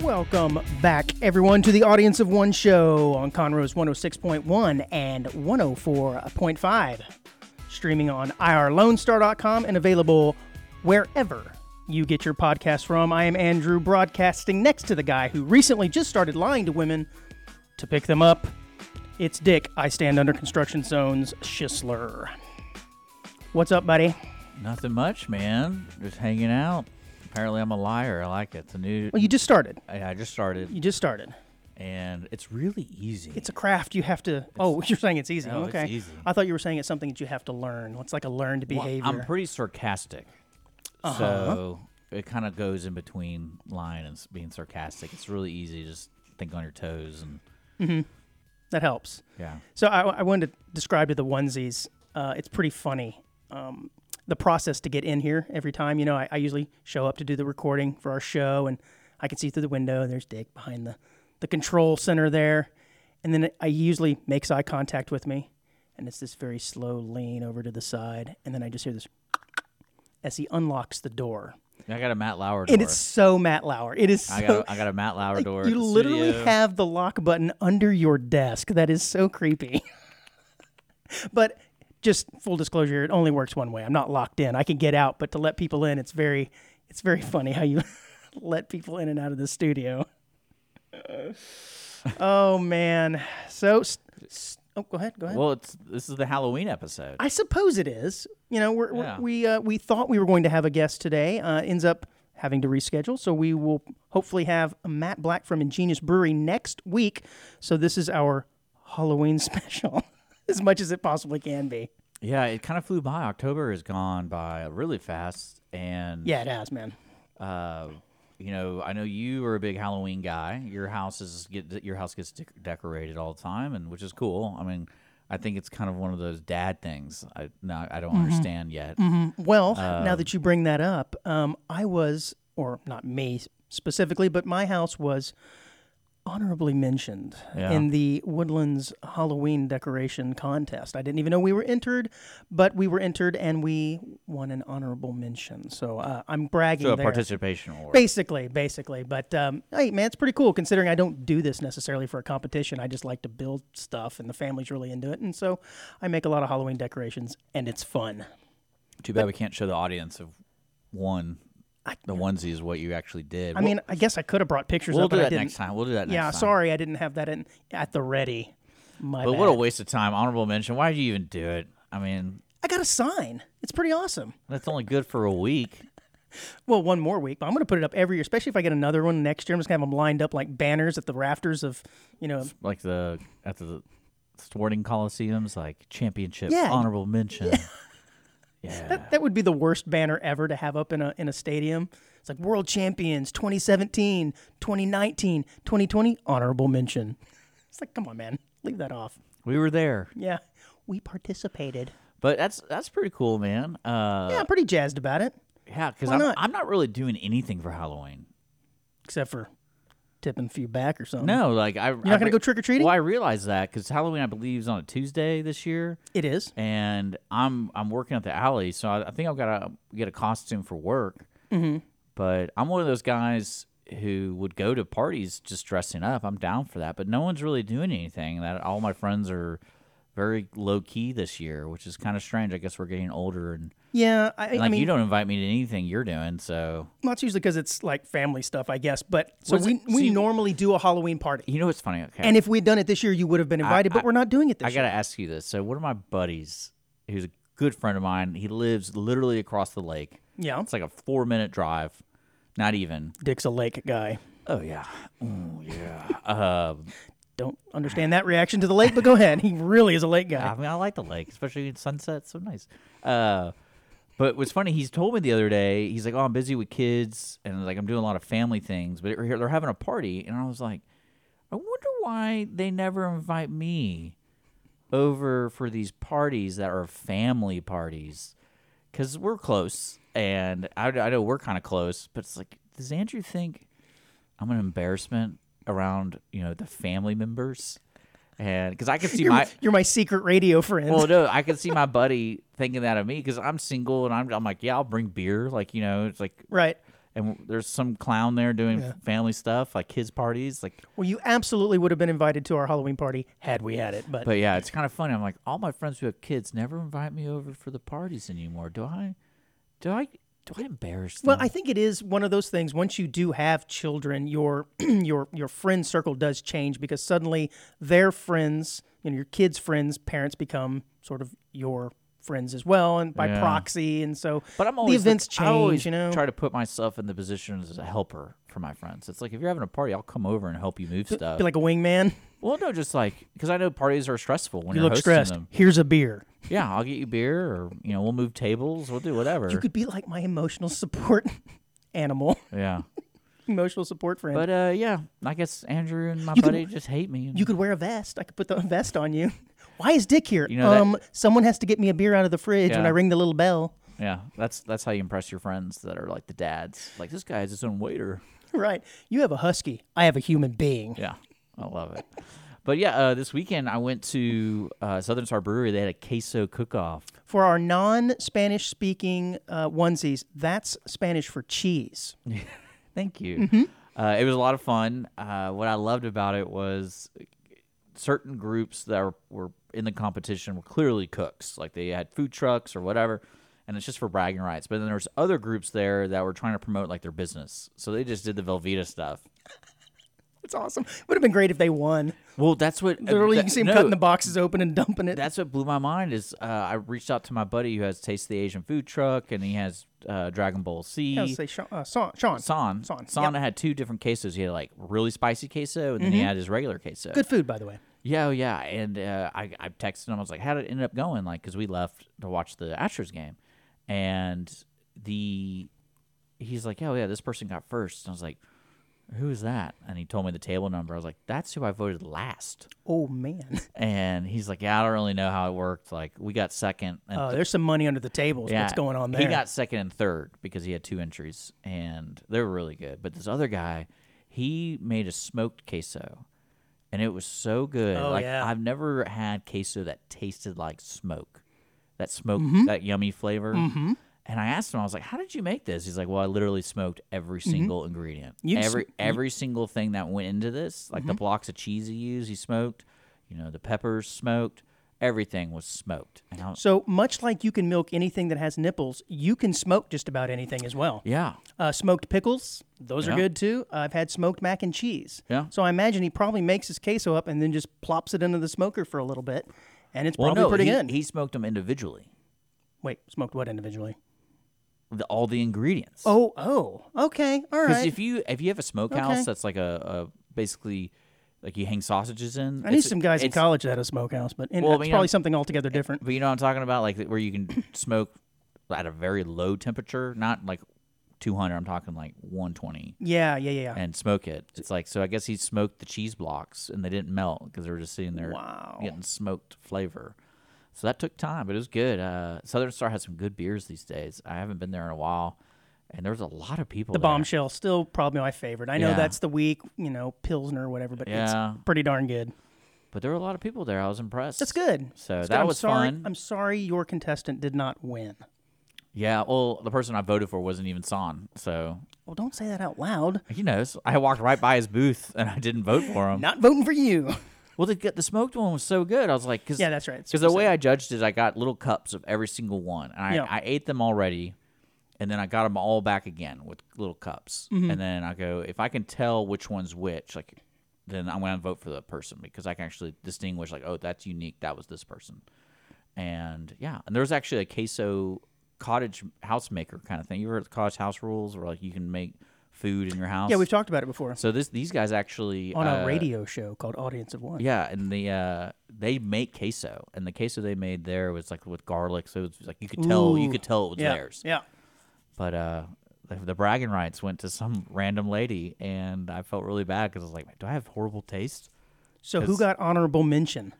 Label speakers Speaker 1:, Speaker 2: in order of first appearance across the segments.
Speaker 1: Welcome back, everyone, to the audience of one show on Conroe's 106.1 and 104.5, streaming on irlonestar.com and available wherever you get your podcast from. I am Andrew, broadcasting next to the guy who recently just started lying to women to pick them up. It's Dick. I stand under construction zones, Schisler. What's up, buddy?
Speaker 2: Nothing much, man. Just hanging out. Apparently, I'm a liar. I like it. It's a new.
Speaker 1: Well, you just started.
Speaker 2: I I just started,
Speaker 1: You just started.
Speaker 2: and it's really easy.
Speaker 1: It's a craft you have to. oh, you're saying it's easy.
Speaker 2: No, it's
Speaker 1: okay.
Speaker 2: easy.
Speaker 1: I thought you were saying it's something that you have to learn. It's like a learned
Speaker 2: Well,
Speaker 1: behavior. Uh-huh.
Speaker 2: I'm pretty sarcastic, so it kind of goes in between lying and s- being sarcastic. It's really easy to just think on your toes and
Speaker 1: that helps.
Speaker 2: yeah.
Speaker 1: So I, I wanted to describe to the onesies. Uh, it's pretty funny. Um, the process to get in here every time. You know, I, I usually show up to do the recording for our show, and I can see through the window. There's Dick behind the, the control center there, and then I usually makes eye contact with me, and it's this very slow lean over to the side, and then I just hear this as he unlocks the door,
Speaker 2: I got a Matt Lauer door.
Speaker 1: and it's so Matt Lauer. It is so
Speaker 2: I got a, I got a Matt Lauer door. at
Speaker 1: you
Speaker 2: the
Speaker 1: literally
Speaker 2: studio.
Speaker 1: have the lock button under your desk. That is so creepy. but just full disclosure, it only works one way. I'm not locked in. I can get out, but to let people in, it's very it's very funny how you let people in and out of the studio. oh man. So s- s- oh, go ahead. Go ahead.
Speaker 2: Well, it's this is the Halloween episode.
Speaker 1: I suppose it is. You know, we're, we're-
Speaker 2: Yeah.
Speaker 1: we uh, we thought we were going to have a guest today. Uh, ends up having to reschedule, so we will hopefully have Matt Black from Ingenious Brewery next week. So this is our Halloween special, as much as it possibly can be.
Speaker 2: yeah, it kind of flew by. October has gone by really fast, and
Speaker 1: Yeah, it has, man.
Speaker 2: uh, you know, I know you are a big Halloween guy. Your house is get your house gets dec- decorated all the time, and which is cool. I mean, I think it's kind of one of those dad things. I no, I
Speaker 1: Mm-hmm.
Speaker 2: don't understand yet.
Speaker 1: Well, now that you bring that up, um, I was, or not me specifically, but my house was honorably mentioned
Speaker 2: Yeah.
Speaker 1: in the Woodlands Halloween decoration contest. I didn't even know we were entered, but we were entered and we won an honorable mention. So uh, I'm bragging
Speaker 2: So a
Speaker 1: there.
Speaker 2: participation award.
Speaker 1: Basically, basically, but um, hey, man, it's pretty cool considering I don't do this necessarily for a competition. I just like to build stuff, and the family's really into it, and so I make a lot of Halloween decorations, and it's fun.
Speaker 2: Too bad we can't show the audience of one.
Speaker 1: I-
Speaker 2: The onesie is what you actually did.
Speaker 1: I mean, I guess I could have brought pictures
Speaker 2: we'll
Speaker 1: up,
Speaker 2: do
Speaker 1: but I
Speaker 2: that
Speaker 1: didn't.
Speaker 2: next time. We'll do that next
Speaker 1: yeah,
Speaker 2: time.
Speaker 1: sorry, I didn't have that in at the ready. My
Speaker 2: But
Speaker 1: bad.
Speaker 2: what a waste of time. Honorable mention. Why did you even do it? I mean,
Speaker 1: I got a sign. It's pretty awesome.
Speaker 2: that's only good for a week.
Speaker 1: Well, one more week, but I'm going to put it up every year, especially if I get another one next year. I'm just going to have them lined up like banners at the rafters of, you know,
Speaker 2: Like the at the sporting coliseums, like championship
Speaker 1: Yeah.
Speaker 2: honorable mention. yeah.
Speaker 1: that would be the worst banner ever to have up in a in a stadium. It's like World Champions 2017, 2019, 2020 honorable mention. It's like, come on, man. Leave that off.
Speaker 2: We were there.
Speaker 1: Yeah. We participated.
Speaker 2: But that's that's pretty cool, man. Uh
Speaker 1: Yeah, I'm pretty jazzed about it,
Speaker 2: yeah, cuz
Speaker 1: why
Speaker 2: I'm
Speaker 1: not?
Speaker 2: I'm not really doing anything for Halloween.
Speaker 1: except for tipping a few back or something.
Speaker 2: No, like I
Speaker 1: You're not going to go trick or treating?
Speaker 2: Well, I realize that cuz Halloween I believe is on a Tuesday this year
Speaker 1: It is.
Speaker 2: and I'm I'm working at the alley, so I, I think I've got to get a costume for work.
Speaker 1: Mm-hmm.
Speaker 2: But I'm one of those guys who would go to parties just dressing up. I'm down for that, but no one's really doing anything. That all my friends are very low key this year, which is kind of strange. I guess we're getting older, and
Speaker 1: Yeah, I,
Speaker 2: like
Speaker 1: I mean,
Speaker 2: you don't invite me to anything you're doing. So
Speaker 1: well, it's usually because it's like family stuff, I guess. But so
Speaker 2: Was
Speaker 1: we
Speaker 2: it-
Speaker 1: we
Speaker 2: see-
Speaker 1: normally do a Halloween party,
Speaker 2: you know what's funny? Okay,
Speaker 1: and if we'd done it this year, you would have been invited. but we're not doing it this
Speaker 2: I got to ask you this. So one of my buddies, who's a good friend of mine, he lives literally across the lake.
Speaker 1: year. Yeah,
Speaker 2: It's like a four minute drive, not even.
Speaker 1: Dick's a lake guy.
Speaker 2: Oh yeah, oh yeah. uh,
Speaker 1: Don't understand that reaction to the lake, but go ahead. He really is a lake guy.
Speaker 2: I mean, I like the lake, especially in sunset. So nice. Uh, But what's funny, he's told me the other day, he's like, "Oh, I'm busy with kids, and like I'm doing a lot of family things." But they're they're having a party, and I was like, "I wonder why they never invite me over for these parties that are family parties, because we're close, and I, I know we're kind of close. But it's like, does Andrew think I'm an embarrassment around you know the family members?" And because I could see
Speaker 1: You're,
Speaker 2: my
Speaker 1: you're my secret radio friend.
Speaker 2: well, no, I can see my buddy thinking that of me because I'm single and I'm, I'm like, yeah, I'll bring beer. Like, you know, it's like,
Speaker 1: right.
Speaker 2: and there's some clown there doing family stuff, like kids' parties. Like,
Speaker 1: Well, you absolutely would have been invited to our Halloween party had we had it, but,
Speaker 2: but yeah, it's kind of funny. I'm like, all my friends who have kids never invite me over for the parties anymore. Do I, do I, do I embarrass them?
Speaker 1: well, I think it is one of those things. Once you do have children, your your your friend circle does change because suddenly their friends, you know, your kids' friends, parents become sort of your friends as well, and by
Speaker 2: Yeah.
Speaker 1: proxy, and so
Speaker 2: but I'm always
Speaker 1: the events
Speaker 2: like-
Speaker 1: change.
Speaker 2: I always
Speaker 1: you know,
Speaker 2: try to put myself in the position as a helper for my friends. It's like if you're having a party, I'll come over and help you move stuff.
Speaker 1: be like a wingman.
Speaker 2: well, no, just like because I know parties are stressful when
Speaker 1: You
Speaker 2: are
Speaker 1: look
Speaker 2: uh, hosting
Speaker 1: stressed.
Speaker 2: them.
Speaker 1: Here's a beer.
Speaker 2: Yeah, I'll get you beer, or you know, we'll move tables, we'll do whatever.
Speaker 1: You could be like my emotional support animal,
Speaker 2: yeah,
Speaker 1: emotional support friend.
Speaker 2: but uh, yeah, I guess Andrew and my
Speaker 1: could-
Speaker 2: buddy just hate me.
Speaker 1: You could wear a vest. I could put the vest on you. Why is Dick here?
Speaker 2: know that-
Speaker 1: um, someone has to get me a beer out of the fridge when
Speaker 2: Yeah.
Speaker 1: I ring the little bell.
Speaker 2: yeah, that's that's how you impress your friends that are like the dads. Like this guy has his own waiter.
Speaker 1: right. You have a husky. I have a human being.
Speaker 2: Yeah, I love it. But yeah, uh, this weekend I went to uh, Southern Star Brewery. They had a queso cook-off.
Speaker 1: For our non-Spanish speaking uh, onesies, that's Spanish for cheese.
Speaker 2: Thank you. Uh, it was a lot of fun. Uh, what I loved about it was certain groups that were, were in the competition were clearly cooks, like they had food trucks or whatever, and it's just for bragging rights. But then there was other groups there that were trying to promote like their business, so they just did the Velveeta stuff.
Speaker 1: It's awesome. Would have been great if they won.
Speaker 2: Well, that's what uh,
Speaker 1: Literally,
Speaker 2: that-
Speaker 1: you can see them
Speaker 2: no,
Speaker 1: cutting the boxes open and dumping it.
Speaker 2: that's what blew my mind is uh, I reached out to my buddy who has Taste of the Asian Food Truck and he has uh, Dragon Ball C.
Speaker 1: I would say Sean. Uh, Sean. Sean.
Speaker 2: San.
Speaker 1: San,
Speaker 2: San had two different quesos. He had like really spicy queso, and then he had his regular queso.
Speaker 1: Mm-hmm. Good food, by the way.
Speaker 2: Yeah, oh, yeah. And uh, I, I texted him. I was like, "How did it end up going?" Like, because we left to watch the Astros game, and the he's like, "Oh yeah, this person got first. And I was like, "Who is that?" And he told me the table number. I was like, "That's who I voted last."
Speaker 1: Oh man.
Speaker 2: And he's like, "Yeah, I don't really know how it worked. Like, we got second and
Speaker 1: Oh, there's some money under the tables. What's going on there?
Speaker 2: he got second and third because he had two entries, and they were really good. But this other guy, he made a smoked queso, and it was so good.
Speaker 1: Oh,
Speaker 2: like
Speaker 1: yeah.
Speaker 2: I've never had queso that tasted like smoke, that smoke,
Speaker 1: Mm-hmm.
Speaker 2: that yummy flavor. And I asked him, I was like, "How did you make this?" He's like, "Well, I literally smoked every single ingredient,
Speaker 1: Mm-hmm. You Mm-hmm. sm-
Speaker 2: every every single thing that went into this. Like the blocks of cheese he used, he smoked. You know, the peppers smoked." Everything was smoked, and I was,
Speaker 1: so much like you can milk anything that has nipples, you can smoke just about anything as well.
Speaker 2: yeah,
Speaker 1: Uh, smoked pickles, those are
Speaker 2: Yeah.
Speaker 1: good too. I've had smoked mac and cheese.
Speaker 2: Yeah.
Speaker 1: So I imagine he probably makes his queso up and then just plops it into the smoker for a little bit, and it's probably pretty
Speaker 2: he,
Speaker 1: good.
Speaker 2: He smoked them individually,
Speaker 1: Wait, smoked what individually?
Speaker 2: the, all the ingredients.
Speaker 1: Oh, oh, okay, all
Speaker 2: because
Speaker 1: right.
Speaker 2: if you if you have a smokehouse
Speaker 1: Okay.
Speaker 2: that's like a, a basically like you hang sausages in.
Speaker 1: I knew
Speaker 2: it's-
Speaker 1: some guys in
Speaker 2: it's-
Speaker 1: college that had a smokehouse, but and
Speaker 2: Well, I
Speaker 1: it's
Speaker 2: mean,
Speaker 1: probably
Speaker 2: I'm-
Speaker 1: something altogether different.
Speaker 2: But you know what I'm talking about, like where you can smoke at a very low temperature, not like 200. I'm talking like 120.
Speaker 1: Yeah, yeah, yeah. yeah.
Speaker 2: And smoke it. It's like so. I guess he smoked the cheese blocks, and they didn't melt because they were just sitting there
Speaker 1: Wow.
Speaker 2: getting smoked flavor. So that took time, but it was good. Uh, Southern Star has some good beers these days. I haven't been there in a while, and there was a lot of people.
Speaker 1: The
Speaker 2: there.
Speaker 1: bombshell still probably my favorite. I know
Speaker 2: Yeah.
Speaker 1: that's the weak, you know, pilsner or whatever, but
Speaker 2: Yeah.
Speaker 1: it's pretty darn good.
Speaker 2: But there were a lot of people there. I was impressed.
Speaker 1: That's good.
Speaker 2: So
Speaker 1: That's good.
Speaker 2: that
Speaker 1: I'm
Speaker 2: was
Speaker 1: sorry,
Speaker 2: fun.
Speaker 1: I'm sorry your contestant did not win.
Speaker 2: Yeah. Well, the person I voted for wasn't even Son. So
Speaker 1: Well, don't say that out loud.
Speaker 2: he knows. I walked right by his booth and I didn't vote for him.
Speaker 1: Not voting for you.
Speaker 2: Well, the, the smoked one was so good. I was like, cause,
Speaker 1: Yeah, that's right. It's
Speaker 2: Because the way I judged is I got little cups of every single one, and I,
Speaker 1: Yeah.
Speaker 2: I ate them already, and then I got them all back again with little cups,
Speaker 1: Mm-hmm.
Speaker 2: and then I go if I can tell which one's which, like, then I'm gonna vote for the person because I can actually distinguish like, oh, that's unique. That was this person, and yeah, and there was actually a queso cottage house maker kind of thing. You ever heard of the cottage house rules, where like you can make food in your house.
Speaker 1: Yeah, we've talked about it before
Speaker 2: so this these guys actually
Speaker 1: on a
Speaker 2: uh,
Speaker 1: radio show called Audience of One.
Speaker 2: Yeah, and the uh, they make queso, and the queso they made there was like with garlic, so it was like you could tell you
Speaker 1: Ooh.
Speaker 2: could tell it was
Speaker 1: yeah,
Speaker 2: theirs.
Speaker 1: yeah.
Speaker 2: But uh, the, the bragging rights went to some random lady, and I felt really bad because I was like, do I have horrible taste?
Speaker 1: So who got honorable mention?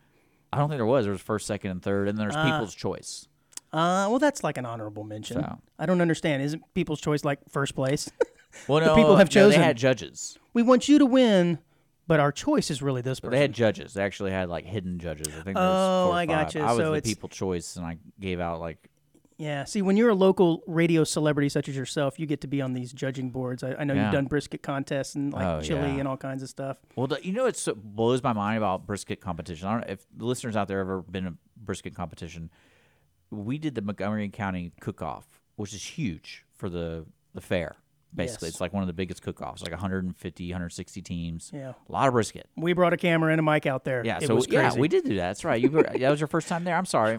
Speaker 2: I don't think there was. There was first, second, and third, and then there's people's choice.
Speaker 1: Uh, well, that's like an honorable mention.
Speaker 2: So.
Speaker 1: I don't understand. Isn't people's choice like first place?
Speaker 2: Well, no,
Speaker 1: people have
Speaker 2: no,
Speaker 1: chosen.
Speaker 2: They had judges.
Speaker 1: we want you to win, but our choice is really this person.
Speaker 2: They had judges. They actually had like hidden judges. I think. there
Speaker 1: Oh,
Speaker 2: was four or
Speaker 1: I
Speaker 2: five.
Speaker 1: gotcha.
Speaker 2: I was
Speaker 1: So
Speaker 2: the
Speaker 1: it's-
Speaker 2: people choice, and I gave out like
Speaker 1: Yeah. See, when you're a local radio celebrity such as yourself, you get to be on these judging boards. I, I know
Speaker 2: Yeah.
Speaker 1: you've done brisket contests and like
Speaker 2: Oh,
Speaker 1: chili
Speaker 2: yeah.
Speaker 1: and all kinds of stuff.
Speaker 2: Well, the, you know what so blows my mind about brisket competition? I don't know if the listeners out there ever been a brisket competition. We did the Montgomery County cook-off, which is huge for the, the fair. Basically,
Speaker 1: Yes.
Speaker 2: it's like one of the biggest cook-offs, like 150, 160 teams.
Speaker 1: Yeah.
Speaker 2: A lot of brisket.
Speaker 1: We brought a camera and a mic out there.
Speaker 2: Yeah,
Speaker 1: It
Speaker 2: so
Speaker 1: was crazy.
Speaker 2: yeah, we did do that. That's right. You were, that was your first time there. I'm sorry.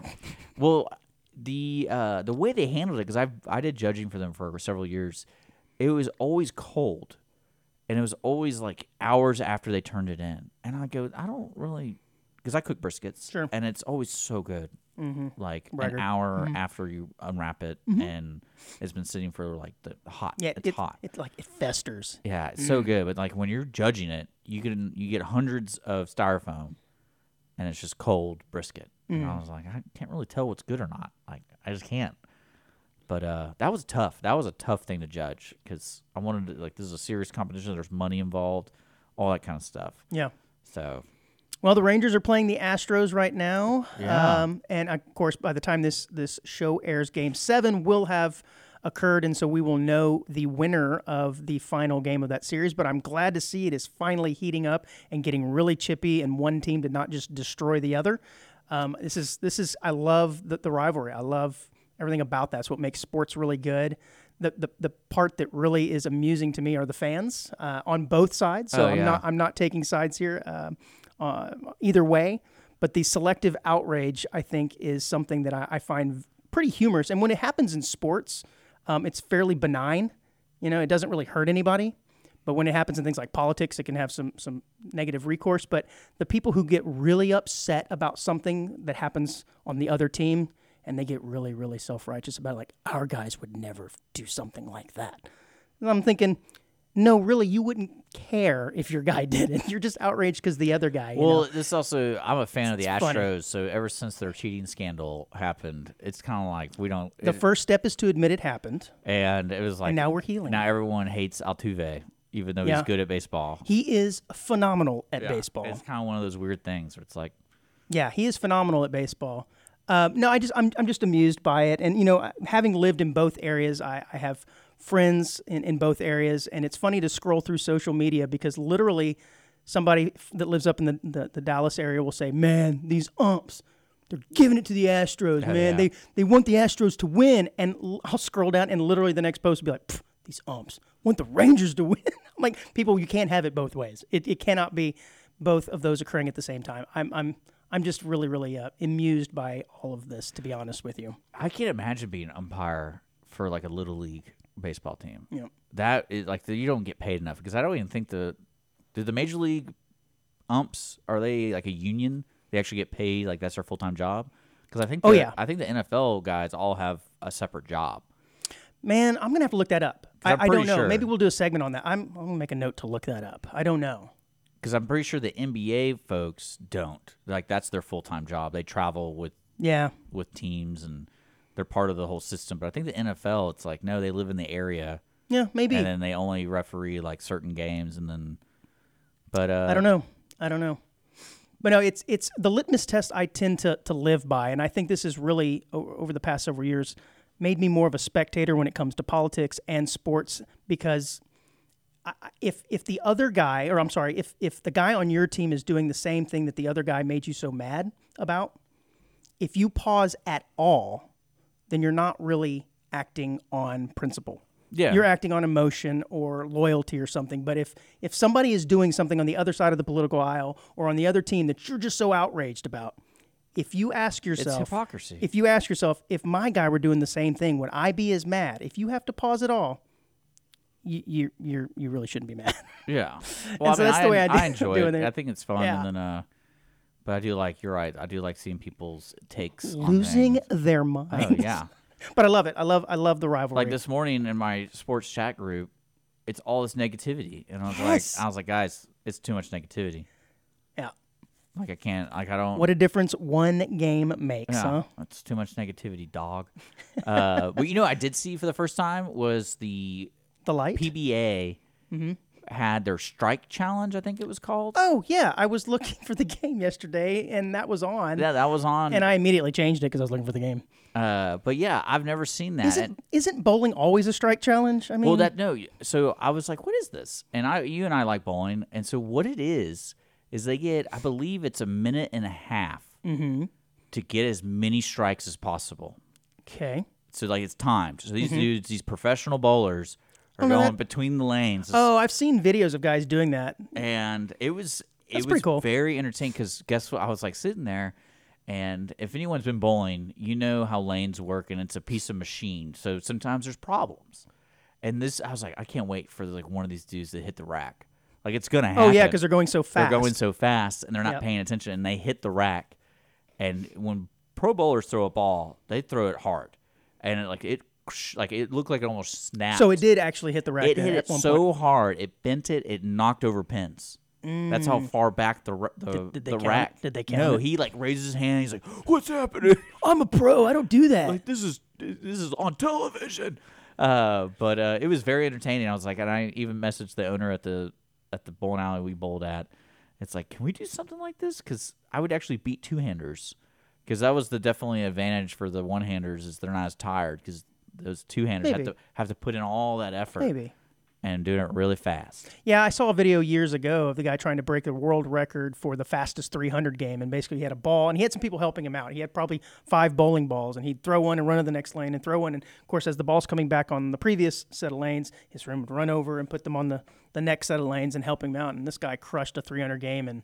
Speaker 2: Well, the uh, the way they handled it because I I did judging for them for several years. It was always cold, and it was always like hours after they turned it in. And I go, I don't really because I cook briskets,
Speaker 1: Sure. Mm-hmm.
Speaker 2: and it's always so good. Like
Speaker 1: Bragger.
Speaker 2: an hour
Speaker 1: Mm-hmm.
Speaker 2: after you unwrap it, and it's been sitting for like the hot.
Speaker 1: Yeah,
Speaker 2: it's
Speaker 1: it-
Speaker 2: hot.
Speaker 1: It like it festers.
Speaker 2: Yeah, it's
Speaker 1: Mm-hmm.
Speaker 2: so good. But like when you're judging it, you can you get hundreds of styrofoam, and it's just cold brisket. And
Speaker 1: Mm.
Speaker 2: I was like, I can't really tell what's good or not. Like I just can't. But uh, that was tough. That was a tough thing to judge because I wanted to like this is a serious competition. There's money involved, all that kind of stuff.
Speaker 1: Yeah.
Speaker 2: So
Speaker 1: Well, the Rangers are playing the Astros right now,
Speaker 2: Yeah.
Speaker 1: um, and of course, by the time this this show airs, Game Seven will have occurred, and so we will know the winner of the final game of that series. But I'm glad to see it is finally heating up and getting really chippy, and one team did not just destroy the other. Um, this is this is I love the, the rivalry. I love everything about that. It's what makes sports really good. The, the, the part that really is amusing to me are the fans uh, on both sides. So
Speaker 2: Oh,
Speaker 1: I'm
Speaker 2: yeah.
Speaker 1: not I'm not taking sides here um uh, either way, but the selective outrage, I think, is something that I, I find pretty humorous. And when it happens in sports, um, it's fairly benign. You know, it doesn't really hurt anybody. But when it happens in things like politics, it can have some some negative recourse. But the people who get really upset about something that happens on the other team, and they get really really self righteous about it, like our guys would never f- do something like that. And I'm thinking, no, really, you wouldn't care if your guy did it. You're just outraged because the other guy. you
Speaker 2: well, this also I'm a fan of the Astros.
Speaker 1: funny.
Speaker 2: So ever since their cheating scandal happened, it's kind of like we don't.
Speaker 1: The
Speaker 2: it-
Speaker 1: first step is to admit it happened,
Speaker 2: and it was like
Speaker 1: and now we're healing.
Speaker 2: now everyone hates Altuve, even though
Speaker 1: Yeah.
Speaker 2: he's good at baseball.
Speaker 1: he is phenomenal at
Speaker 2: Yeah,
Speaker 1: baseball.
Speaker 2: It's kind of one of those weird things where it's like,
Speaker 1: Yeah, he is phenomenal at baseball. Uh, no, I just I'm, I'm just amused by it, and you know, having lived in both areas, I, I have friends in, in both areas, and it's funny to scroll through social media because literally, somebody f- that lives up in the, the, the Dallas area will say, "Man, these umps, they're giving it to the Astros, man.
Speaker 2: yeah.
Speaker 1: They they want the Astros to win." And l- I'll scroll down, and literally the next post will be like, "Pff, "These umps want the Rangers to win." I'm like, people, you can't have it both ways. It it cannot be both of those occurring at the same time. I'm I'm I'm just really really uh, amused by all of this, to be honest with you.
Speaker 2: I can't imagine being an umpire for like a little league baseball team.
Speaker 1: Yeah.
Speaker 2: That is like the, you don't get paid enough because I don't even think the do the major league umps are they like a union? They actually get paid like that's their full time job. Because I think
Speaker 1: Oh,
Speaker 2: the-
Speaker 1: yeah.
Speaker 2: I think the NFL guys all have a separate job.
Speaker 1: Man, I'm gonna have to look that up. I,
Speaker 2: I'm
Speaker 1: I don't
Speaker 2: pretty
Speaker 1: know.
Speaker 2: sure.
Speaker 1: Maybe we'll do a segment on that. I'm I'm gonna make a note to look that up. I don't know.
Speaker 2: Because I'm pretty sure the NBA folks don't like that's their full time job. They travel with
Speaker 1: Yeah.
Speaker 2: with teams and they're part of the whole system. But I think the NFL, it's like no, they live in the area.
Speaker 1: Yeah. Maybe.
Speaker 2: and then they only referee like certain games and then but uh
Speaker 1: I don't know. I don't know. But no, it's it's the litmus test I tend to to live by, and I think this has really o- over the past several years made me more of a spectator when it comes to politics and sports because I- I- if if the other guy or I'm sorry if if the guy on your team is doing the same thing that the other guy made you so mad about, if you pause at all, then you're not really acting on principle
Speaker 2: yeah
Speaker 1: you're acting on emotion or loyalty or something. But if if somebody is doing something on the other side of the political aisle or on the other team that you're just so outraged about, if you ask
Speaker 2: it's
Speaker 1: yourself,
Speaker 2: hypocrisy
Speaker 1: if you ask yourself, if my guy were doing the same thing, would I be as mad? If you have to pause it all, you you you're, you really shouldn't be mad.
Speaker 2: Yeah. Well,
Speaker 1: so
Speaker 2: I mean,
Speaker 1: that's the way I do-
Speaker 2: enjoy
Speaker 1: doing
Speaker 2: it.
Speaker 1: it.
Speaker 2: I think it's fun,
Speaker 1: Yeah.
Speaker 2: and then uh, but I do like you're right. I do like seeing people's takes. on
Speaker 1: Losing
Speaker 2: things.
Speaker 1: their
Speaker 2: Oh
Speaker 1: minds.
Speaker 2: yeah.
Speaker 1: but I love it. I love I love the rivalry.
Speaker 2: like this morning in my sports chat group, it's all this negativity, and I was
Speaker 1: Yes.
Speaker 2: like, I was like, guys, it's too much negativity.
Speaker 1: Yeah.
Speaker 2: Like I can't. Like I don't.
Speaker 1: What a difference one game makes,
Speaker 2: Yeah,
Speaker 1: huh?
Speaker 2: that's too much negativity, dog. uh, but you know, what I did see for the first time was the
Speaker 1: The light.
Speaker 2: PBA had their strike challenge. I think it was called.
Speaker 1: oh yeah, I was looking for the game yesterday, and that was on.
Speaker 2: Yeah, that was on.
Speaker 1: And I immediately changed it because I was looking for the game.
Speaker 2: uh, but yeah, I've never seen that. And-
Speaker 1: Isn't, isn't bowling always a strike challenge? I mean,
Speaker 2: Well, that no. y- So I was like, "What is this?" And I, you and I like bowling, and so what it is is they get, I believe it's a minute and a half
Speaker 1: Mm-hmm.
Speaker 2: to get as many strikes as possible.
Speaker 1: okay.
Speaker 2: So like it's timed. So these dudes, these professional bowlers, are
Speaker 1: Mm-hmm. Oh, no,
Speaker 2: going
Speaker 1: that-
Speaker 2: between the lanes,
Speaker 1: Oh, I've seen videos of guys doing that.
Speaker 2: and it was it
Speaker 1: That's
Speaker 2: was
Speaker 1: pretty cool.
Speaker 2: very entertaining because guess what? I was like sitting there. And if anyone's been bowling, you know how lanes work, and it's a piece of machine. So sometimes there's problems. And this, I was like, I can't wait for like one of these dudes to hit the rack. Like it's gonna
Speaker 1: Oh
Speaker 2: happen.
Speaker 1: yeah, because they're going so fast.
Speaker 2: They're going so fast and they're not
Speaker 1: Yep.
Speaker 2: paying attention and they hit the rack. And when pro bowlers throw a ball, they throw it hard. And it, like it like it looked like it almost snapped.
Speaker 1: So it did actually hit the rack
Speaker 2: it
Speaker 1: at
Speaker 2: hit it
Speaker 1: one
Speaker 2: so hard, it bent it, it knocked over pins. That's how far back the ra- the,
Speaker 1: Mm. did they
Speaker 2: the
Speaker 1: count it?
Speaker 2: rack.
Speaker 1: Did they count
Speaker 2: No,
Speaker 1: it?
Speaker 2: he like raises his hand. He's like, "What's happening?
Speaker 1: I'm a pro. I don't do that.
Speaker 2: like this is this is on television." Uh, but uh, it was very entertaining. I was like, and I even messaged the owner at the at the bowling alley we bowled at. It's like, can we do something like this? Because I would actually beat two handers. Because that was the definitely advantage for the one handers is they're not as tired because those two handers have
Speaker 1: Maybe.
Speaker 2: to have to put in all that effort
Speaker 1: Maybe.
Speaker 2: and doing it really fast.
Speaker 1: Yeah, I saw a video years ago of the guy trying to break the world record for the fastest 300 game, and basically he had a ball, and he had some people helping him out. He had probably five bowling balls, and he'd throw one and run to the next lane, and throw one, and of course, as the ball's coming back on the previous set of lanes, his friend would run over and put them on the the next set of lanes and help him out. And this guy crushed a 300 game, and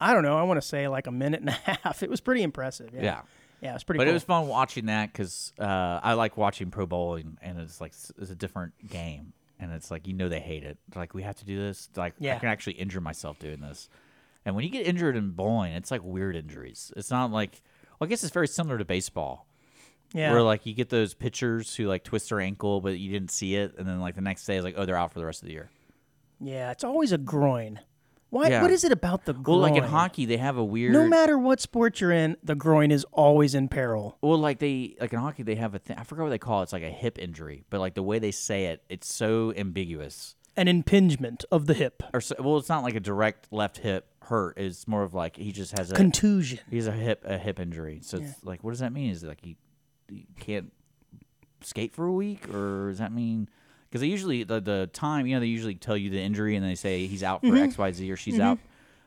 Speaker 1: I don't know, I want to say like a minute and a half. It was pretty impressive. Yeah,
Speaker 2: Yeah.
Speaker 1: Yeah, it was pretty.
Speaker 2: But
Speaker 1: cool.
Speaker 2: it was fun watching that because uh, I like watching pro bowling, and it's like s- it's a different game, and it's like you know they hate it. They're Like we have to do this. Like I
Speaker 1: Yeah.
Speaker 2: can actually injure myself doing this. And when you get injured in bowling, it's like weird injuries. It's not like well, I guess it's very similar to baseball,
Speaker 1: yeah.
Speaker 2: where like you get those pitchers who like twist their ankle, but you didn't see it, and then like the next day, it's like oh they're out for the rest of the year.
Speaker 1: yeah, it's always a groin. Why?
Speaker 2: Yeah.
Speaker 1: What is it about the
Speaker 2: Well,
Speaker 1: groin?
Speaker 2: like in hockey, they have a weird.
Speaker 1: No matter what sport you're in, the groin is always in peril.
Speaker 2: Well, like they like in hockey, they have a thing. I forgot what they call it. It's like a hip injury, but like the way they say it, it's so ambiguous.
Speaker 1: An impingement of the hip,
Speaker 2: or so, well, it's not like a direct left hip hurt. It's more of like he just has a
Speaker 1: contusion.
Speaker 2: he has a hip a hip injury. So it's like, what does that mean? Is it like he, he can't skate for a week, or does that mean? Because they usually the the time you know they usually tell you the injury and they say he's out for X Y Z or she's out,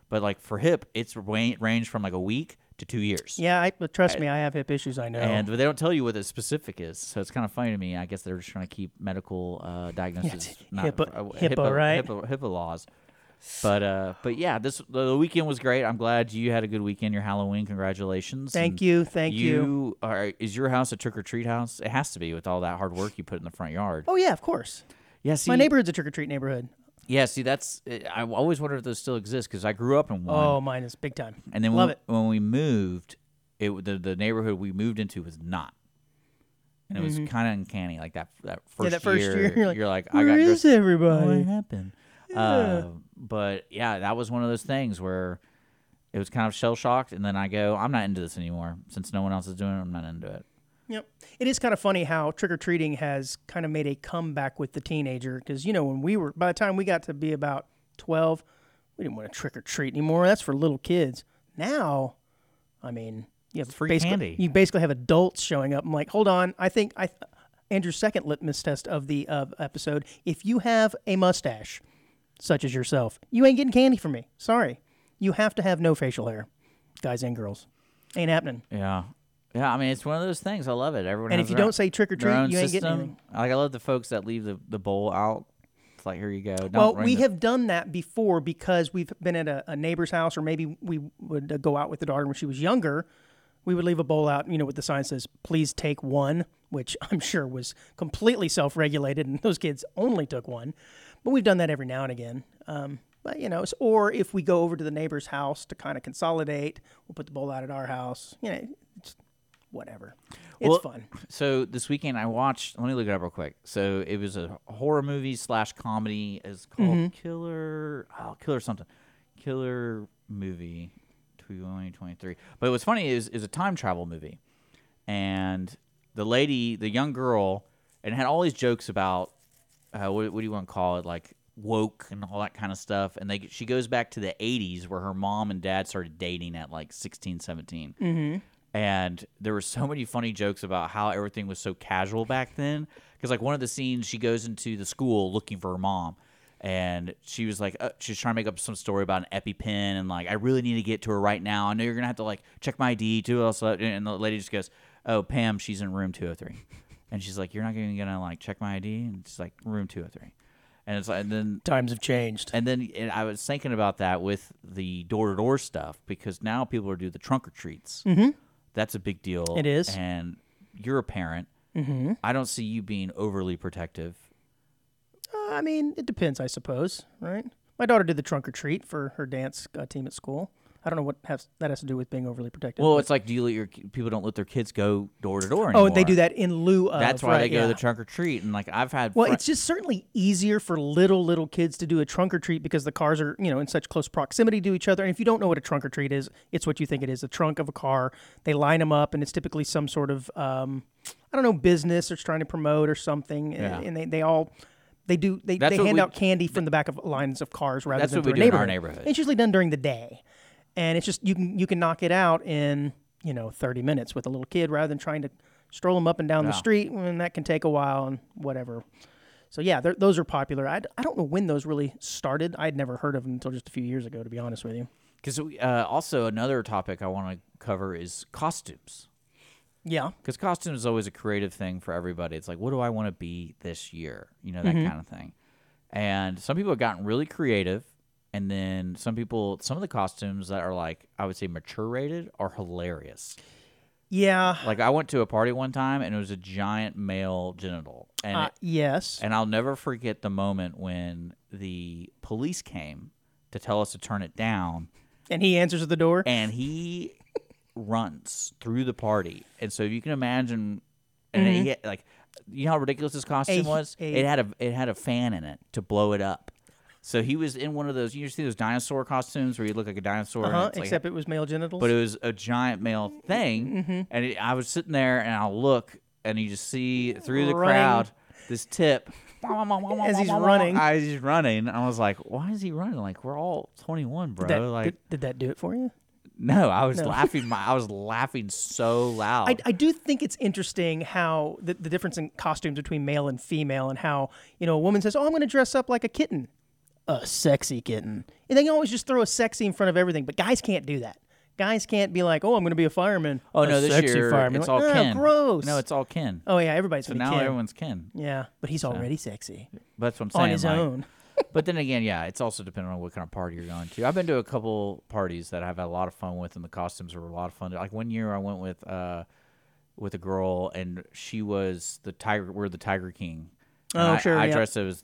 Speaker 2: but like for hip, it's wa- ranged from like a week to two years.
Speaker 1: Yeah, I, but trust me, I have hip issues. I know.
Speaker 2: And but they don't tell you what the specific is, so it's kind of funny to me. I guess they're just trying to keep medical uh, diagnoses,
Speaker 1: it's HIPAA- HIPAA,
Speaker 2: HIPAA,
Speaker 1: right?
Speaker 2: HIPAA, HIPAA laws. But uh, but yeah, this the weekend was great. I'm glad you had a good weekend. Your Halloween, congratulations!
Speaker 1: thank you, thank you.
Speaker 2: You are is your house a trick or treat house? It has to be with all that hard work you put in the front yard.
Speaker 1: Oh yeah, of course.
Speaker 2: yeah, see,
Speaker 1: My neighborhood's a trick or treat neighborhood.
Speaker 2: yeah, see, that's I always wonder if those still exist because I grew up in one.
Speaker 1: Oh, mine is big time.
Speaker 2: And then
Speaker 1: Love
Speaker 2: when,
Speaker 1: it.
Speaker 2: when we moved, it w- the, the neighborhood we moved into was not. And it was kind of uncanny, like that that first,
Speaker 1: Mm-hmm. yeah, that first year, you're like,
Speaker 2: I got
Speaker 1: "Where
Speaker 2: dressed.
Speaker 1: is everybody?
Speaker 2: What happened? Uh, but yeah, that was one of those things where it was kind of shell shocked, and then I go, I'm not into this anymore. Since no one else is doing it, I'm not into it.
Speaker 1: Yep. It is kind of funny how trick or treating has kind of made a comeback with the teenager because, you know, when we were, by the time we got to be about 12, we didn't want to trick or treat anymore. That's for little kids. Now, I mean, you have
Speaker 2: free
Speaker 1: basically,
Speaker 2: candy.
Speaker 1: You basically have adults showing up. I'm like, hold on. I think I, Andrew's second litmus test of the uh, episode if you have a mustache, such as yourself, you ain't getting candy from me. Sorry. You have to have no facial hair, guys and girls. Ain't happening.
Speaker 2: Yeah, yeah. I mean, it's one of those things. I love it. Everyone.
Speaker 1: And
Speaker 2: has
Speaker 1: if you
Speaker 2: their-
Speaker 1: don't say trick or
Speaker 2: their
Speaker 1: treat,
Speaker 2: own
Speaker 1: you ain't getting
Speaker 2: system.
Speaker 1: anything.
Speaker 2: Like I love the folks that leave the, the bowl out. It's like here you go. Don't
Speaker 1: Well,
Speaker 2: ring
Speaker 1: Oh, we
Speaker 2: the-
Speaker 1: have done that before because we've been at a, a neighbor's house, or maybe we would uh, go out with the daughter when she was younger. we would leave a bowl out, you know, with the sign says, please take one, which I'm sure was completely self regulated and those kids only took one. But we've done that every now and again. Um, but, you know, it's, or if we go over to the neighbor's house to kind of consolidate, we'll put the bowl out at our house, you know, it's whatever. It's
Speaker 2: Well-
Speaker 1: fun.
Speaker 2: So this weekend I watched. Let me look it up real quick. So it was a horror movie slash comedy. It's called Killer. Oh, Killer something. Killer movie, twenty twenty three. But what's funny is is a time travel movie, and the lady, the young girl, and it had all these jokes about uh, what, what do you want to call it, like woke and all that kind of stuff. And they she goes back to the '80s where her mom and dad started dating at like 16, 17 and there were so many funny jokes about how everything was so casual back then because like one of the scenes she goes into the school looking for her mom and she was like uh, she's trying to make up some story about an epipen and like i really need to get to her right now i know you're gonna have to like check my id do else uh," and the lady just goes oh pam she's in room 203 and she's like you're not even gonna like check my id and she's like room 203 and it's like and then
Speaker 1: Times have changed.
Speaker 2: and then and I was thinking about that with the door to door stuff because now people are doing the trunk or treats. Mm-hmm. That's a big deal.
Speaker 1: It is.
Speaker 2: And you're a parent. Mm-hmm. I don't see you being overly protective.
Speaker 1: Uh, I mean, it depends, I suppose, right? My daughter did the trunk or treat for her dance uh, team at school. I don't know what has, that has to do with being overly protective.
Speaker 2: Well, it's like do you let your people don't let their kids go door to door
Speaker 1: oh,
Speaker 2: anymore?
Speaker 1: they do that in lieu of.
Speaker 2: That's why
Speaker 1: right,
Speaker 2: they go
Speaker 1: yeah.
Speaker 2: to the trunk or treat. And like I've had
Speaker 1: Well,
Speaker 2: fri-
Speaker 1: it's just certainly easier for little little kids to do a trunk or treat because the cars are you know in such close proximity to each other. And if you don't know what a trunk or treat is, it's what you think it is—a trunk of a car. They line them up, and it's typically some sort of um, I don't know business or trying to promote or something. And,
Speaker 2: Yeah.
Speaker 1: and they, they all they do they,
Speaker 2: That's
Speaker 1: they
Speaker 2: what
Speaker 1: hand
Speaker 2: we-
Speaker 1: out candy from the back of lines of cars rather
Speaker 2: That's
Speaker 1: than
Speaker 2: what we
Speaker 1: through a
Speaker 2: do in our neighborhood.
Speaker 1: It's usually done during the day, and it's just you can you can knock it out in you know 30 minutes with a little kid rather than trying to stroll them up and down the
Speaker 2: Yeah.
Speaker 1: street, and that can take a while and whatever. So yeah, they're- those are popular. I, I don't know when those really started. I'd never heard of them until just a few years ago, to be honest with you.
Speaker 2: because uh, also another topic I want to cover is costumes.
Speaker 1: Yeah,
Speaker 2: because costume is always a creative thing for everybody. It's like, what do I want to be this year? You know, that kind of thing. And some people have gotten really creative. And then some people, some of the costumes that are like, I would say mature rated are hilarious.
Speaker 1: yeah,
Speaker 2: Like, I went to a party one time and it was a giant male genital. And,
Speaker 1: uh,
Speaker 2: it-
Speaker 1: yes.
Speaker 2: and I'll never forget the moment when the police came to tell us to turn it down
Speaker 1: And he answers at the door.
Speaker 2: and he runs through the party. And so you can imagine, and he had, like, you know how ridiculous this costume
Speaker 1: Mm-hmm. A-
Speaker 2: was.
Speaker 1: a-
Speaker 2: it had a it had a fan in it to blow it up. So he was in one of those. You see those dinosaur costumes where you look like a dinosaur. and
Speaker 1: Huh?
Speaker 2: it's like-
Speaker 1: Uh-huh, Except Mm-hmm. it was male genitals.
Speaker 2: but it was a giant male thing, and it, I was sitting there, and I look, and you just see through the
Speaker 1: Running.
Speaker 2: crowd this tip.
Speaker 1: As he's running.
Speaker 2: as he's running, I was like, "Why is he running? Like we're all 21, bro."
Speaker 1: that,
Speaker 2: like,
Speaker 1: did, did that do it for you?
Speaker 2: no, I was laughing. My, I was laughing so loud.
Speaker 1: I, I do think it's interesting how the, the difference in costumes between male and female, and how you know a woman says, "Oh, I'm going to dress up like a kitten, a sexy kitten," and they always just throw a sexy in front of everything. But guys can't do that. Guys can't be like, "Oh, I'm going to be a fireman."
Speaker 2: oh
Speaker 1: a
Speaker 2: no, this
Speaker 1: sexy
Speaker 2: year
Speaker 1: fireman.
Speaker 2: it's
Speaker 1: Like,
Speaker 2: all
Speaker 1: "Ah,
Speaker 2: Ken.
Speaker 1: gross.
Speaker 2: No, it's all Ken.
Speaker 1: oh yeah, everybody's
Speaker 2: so
Speaker 1: gonna
Speaker 2: now
Speaker 1: Ken.
Speaker 2: everyone's Ken.
Speaker 1: yeah, but he's already sexy
Speaker 2: That's what I'm saying.
Speaker 1: on his
Speaker 2: like-
Speaker 1: own.
Speaker 2: but then again, yeah, it's also dependent on what kind of party you're going to. I've been to a couple parties that I've had a lot of fun with, and the costumes were a lot of fun. Like one year, I went with uh, with a girl, and she was the tiger. We're the Tiger King. And
Speaker 1: Oh,
Speaker 2: I,
Speaker 1: sure,
Speaker 2: I
Speaker 1: yeah.
Speaker 2: dressed as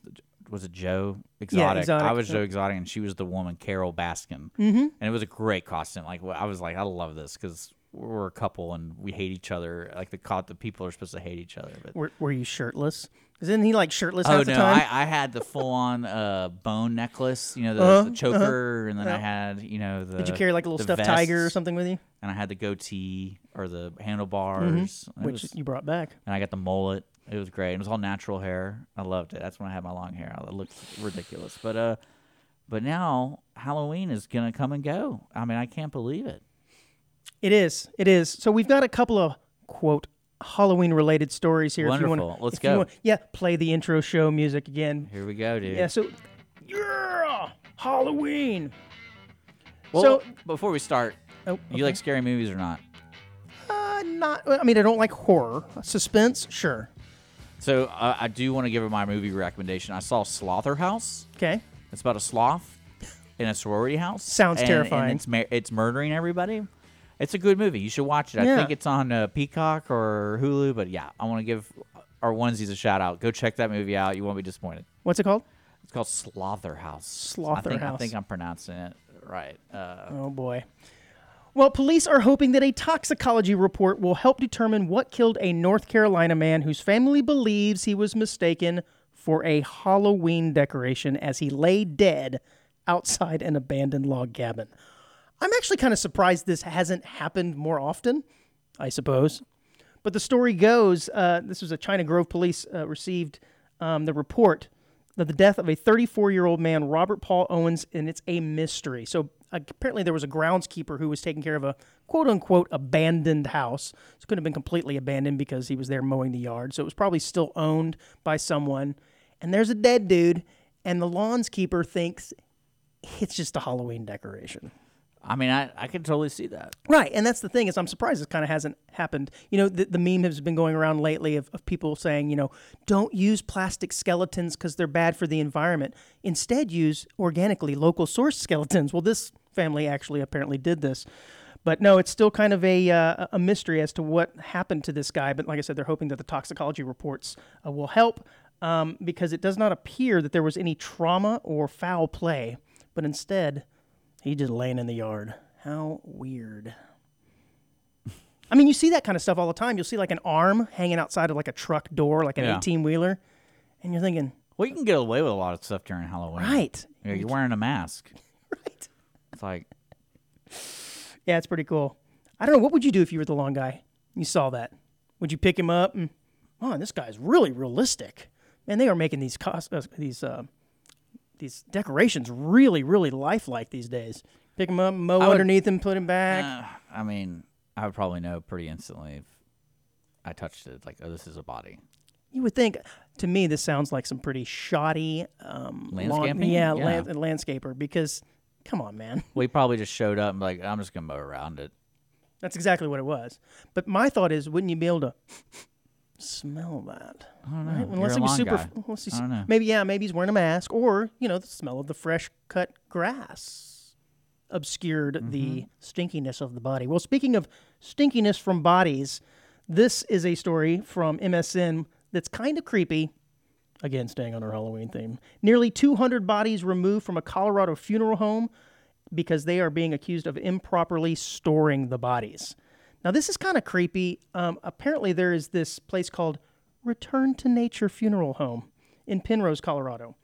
Speaker 2: was it Joe Exotic?
Speaker 1: Exotic,
Speaker 2: I was
Speaker 1: yeah.
Speaker 2: Joe Exotic, and she was the woman Carol Baskin, mm-hmm. and it was a great costume. Like I was like, I love this because we're a couple and we hate each other. Like the co- the people are supposed to hate each other, but
Speaker 1: Were, were you shirtless? Isn't he like shirtless half
Speaker 2: Oh, no,
Speaker 1: the time?
Speaker 2: I, I had the full on uh, bone necklace, you know, the, the choker, and then I had, you know, the.
Speaker 1: Uh-huh, Did you carry like a little
Speaker 2: the
Speaker 1: stuffed tiger or
Speaker 2: vests,
Speaker 1: something with you,
Speaker 2: And I had the goatee or the handlebars. It
Speaker 1: Mm-hmm. which
Speaker 2: was-
Speaker 1: you brought back?
Speaker 2: and I got the mullet. It was great. It was all natural hair. I loved it. That's when I had my long hair. I looked ridiculous. But uh, but now Halloween is gonna come and go. I mean, I can't believe it.
Speaker 1: It is. It is. So we've got a couple of quote Halloween related stories here. If you want,
Speaker 2: Wonderful. Let's
Speaker 1: if you
Speaker 2: go.
Speaker 1: wanna- yeah, play the intro show music again.
Speaker 2: Here we go, dude.
Speaker 1: Yeah. So yeah, Halloween.
Speaker 2: Well,
Speaker 1: so-
Speaker 2: before we start,
Speaker 1: Oh,
Speaker 2: you like scary movies or not?
Speaker 1: uh, not. I mean, I don't like horror. Suspense, sure.
Speaker 2: So uh, I do want to give her my movie recommendation. I saw Slaughterhouse.
Speaker 1: Okay.
Speaker 2: It's about a sloth in a sorority house.
Speaker 1: Sounds
Speaker 2: and- and
Speaker 1: terrifying.
Speaker 2: it's ma- it's murdering everybody. It's a good movie. You should watch it. I
Speaker 1: Yeah.
Speaker 2: think it's on uh, Peacock or Hulu. But yeah, I want to give our onesies a shout out. Go check that movie out. You won't be disappointed.
Speaker 1: What's it called?
Speaker 2: It's called Slaughterhouse. I think, I
Speaker 1: Slaughterhouse.
Speaker 2: think I'm pronouncing it right. Uh,
Speaker 1: Oh boy. Well, police are hoping that a toxicology report will help determine what killed a North Carolina man whose family believes he was mistaken for a Halloween decoration as he lay dead outside an abandoned log cabin. I'm actually kind of surprised this hasn't happened more often, I suppose. But the story goes uh, this was a China Grove police uh, received um, the report that the death of a 34 year old man, Robert Paul Owens, and it's a mystery. So uh, apparently there was a groundskeeper who was taking care of a quote unquote abandoned house. So it couldn't have been completely abandoned because he was there mowing the yard. So it was probably still owned by someone. And there's a dead dude, and the lawnskeeper thinks it's just a Halloween decoration.
Speaker 2: I mean, I, I can totally see that.
Speaker 1: Right, and that's the thing is I'm surprised this kind of hasn't happened. You know, the, the meme has been going around lately of, of people saying, you know, don't use plastic skeletons because they're bad for the environment. Instead, use organically local source skeletons. Well, this family actually apparently did this, but no, it's still kind of a uh, a mystery as to what happened to this guy. But like I said, they're hoping that the toxicology reports uh, will help um, because it does not appear that there was any trauma or foul play, but instead. He just laying in the yard. How weird. I mean, you see that kind of stuff all the time. You'll see like an arm hanging outside of like a truck door, like an
Speaker 2: Yeah.
Speaker 1: 18 wheeler, and you're thinking,
Speaker 2: Well, you can get away with a lot of stuff during Halloween.
Speaker 1: right,
Speaker 2: Yeah, you're wearing a mask.
Speaker 1: right.
Speaker 2: It's like,
Speaker 1: Yeah, it's pretty cool. I don't know. What would you do if you were the long guy? You saw that. Would you pick him up and, oh, this guy's really realistic. Man, they are making these cos- uh, these uh, these decorations really, really lifelike these days. Pick him up, mow
Speaker 2: would-
Speaker 1: underneath him, put him back.
Speaker 2: uh, I mean, I would probably know pretty instantly if I touched it. Like, oh, this is a body.
Speaker 1: You would think. To me, this sounds like some pretty shoddy um, lawn-
Speaker 2: Landscaping?
Speaker 1: yeah,
Speaker 2: Yeah.
Speaker 1: Land, landscaper. Because, come on, man,
Speaker 2: We probably just showed up and be like, I'm just gonna mow around it.
Speaker 1: that's exactly what it was. But my thought is, wouldn't you be able to smell that?
Speaker 2: I don't know.
Speaker 1: Right?
Speaker 2: You're a
Speaker 1: he was
Speaker 2: lawn guy.
Speaker 1: unless he's-
Speaker 2: I don't know.
Speaker 1: Maybe yeah, maybe he's wearing a mask, or you know, the smell of the fresh cut grass obscured
Speaker 2: Mm-hmm.
Speaker 1: the stinkiness of the body. Well, speaking of stinkiness from bodies, this is a story from MSN that's kind of creepy. Again, staying on our Halloween theme. Nearly 200 bodies removed from a Colorado funeral home because they are being accused of improperly storing the bodies. Now, this is kind of creepy. Um, apparently, there is this place called Return to Nature Funeral Home in Penrose, Colorado.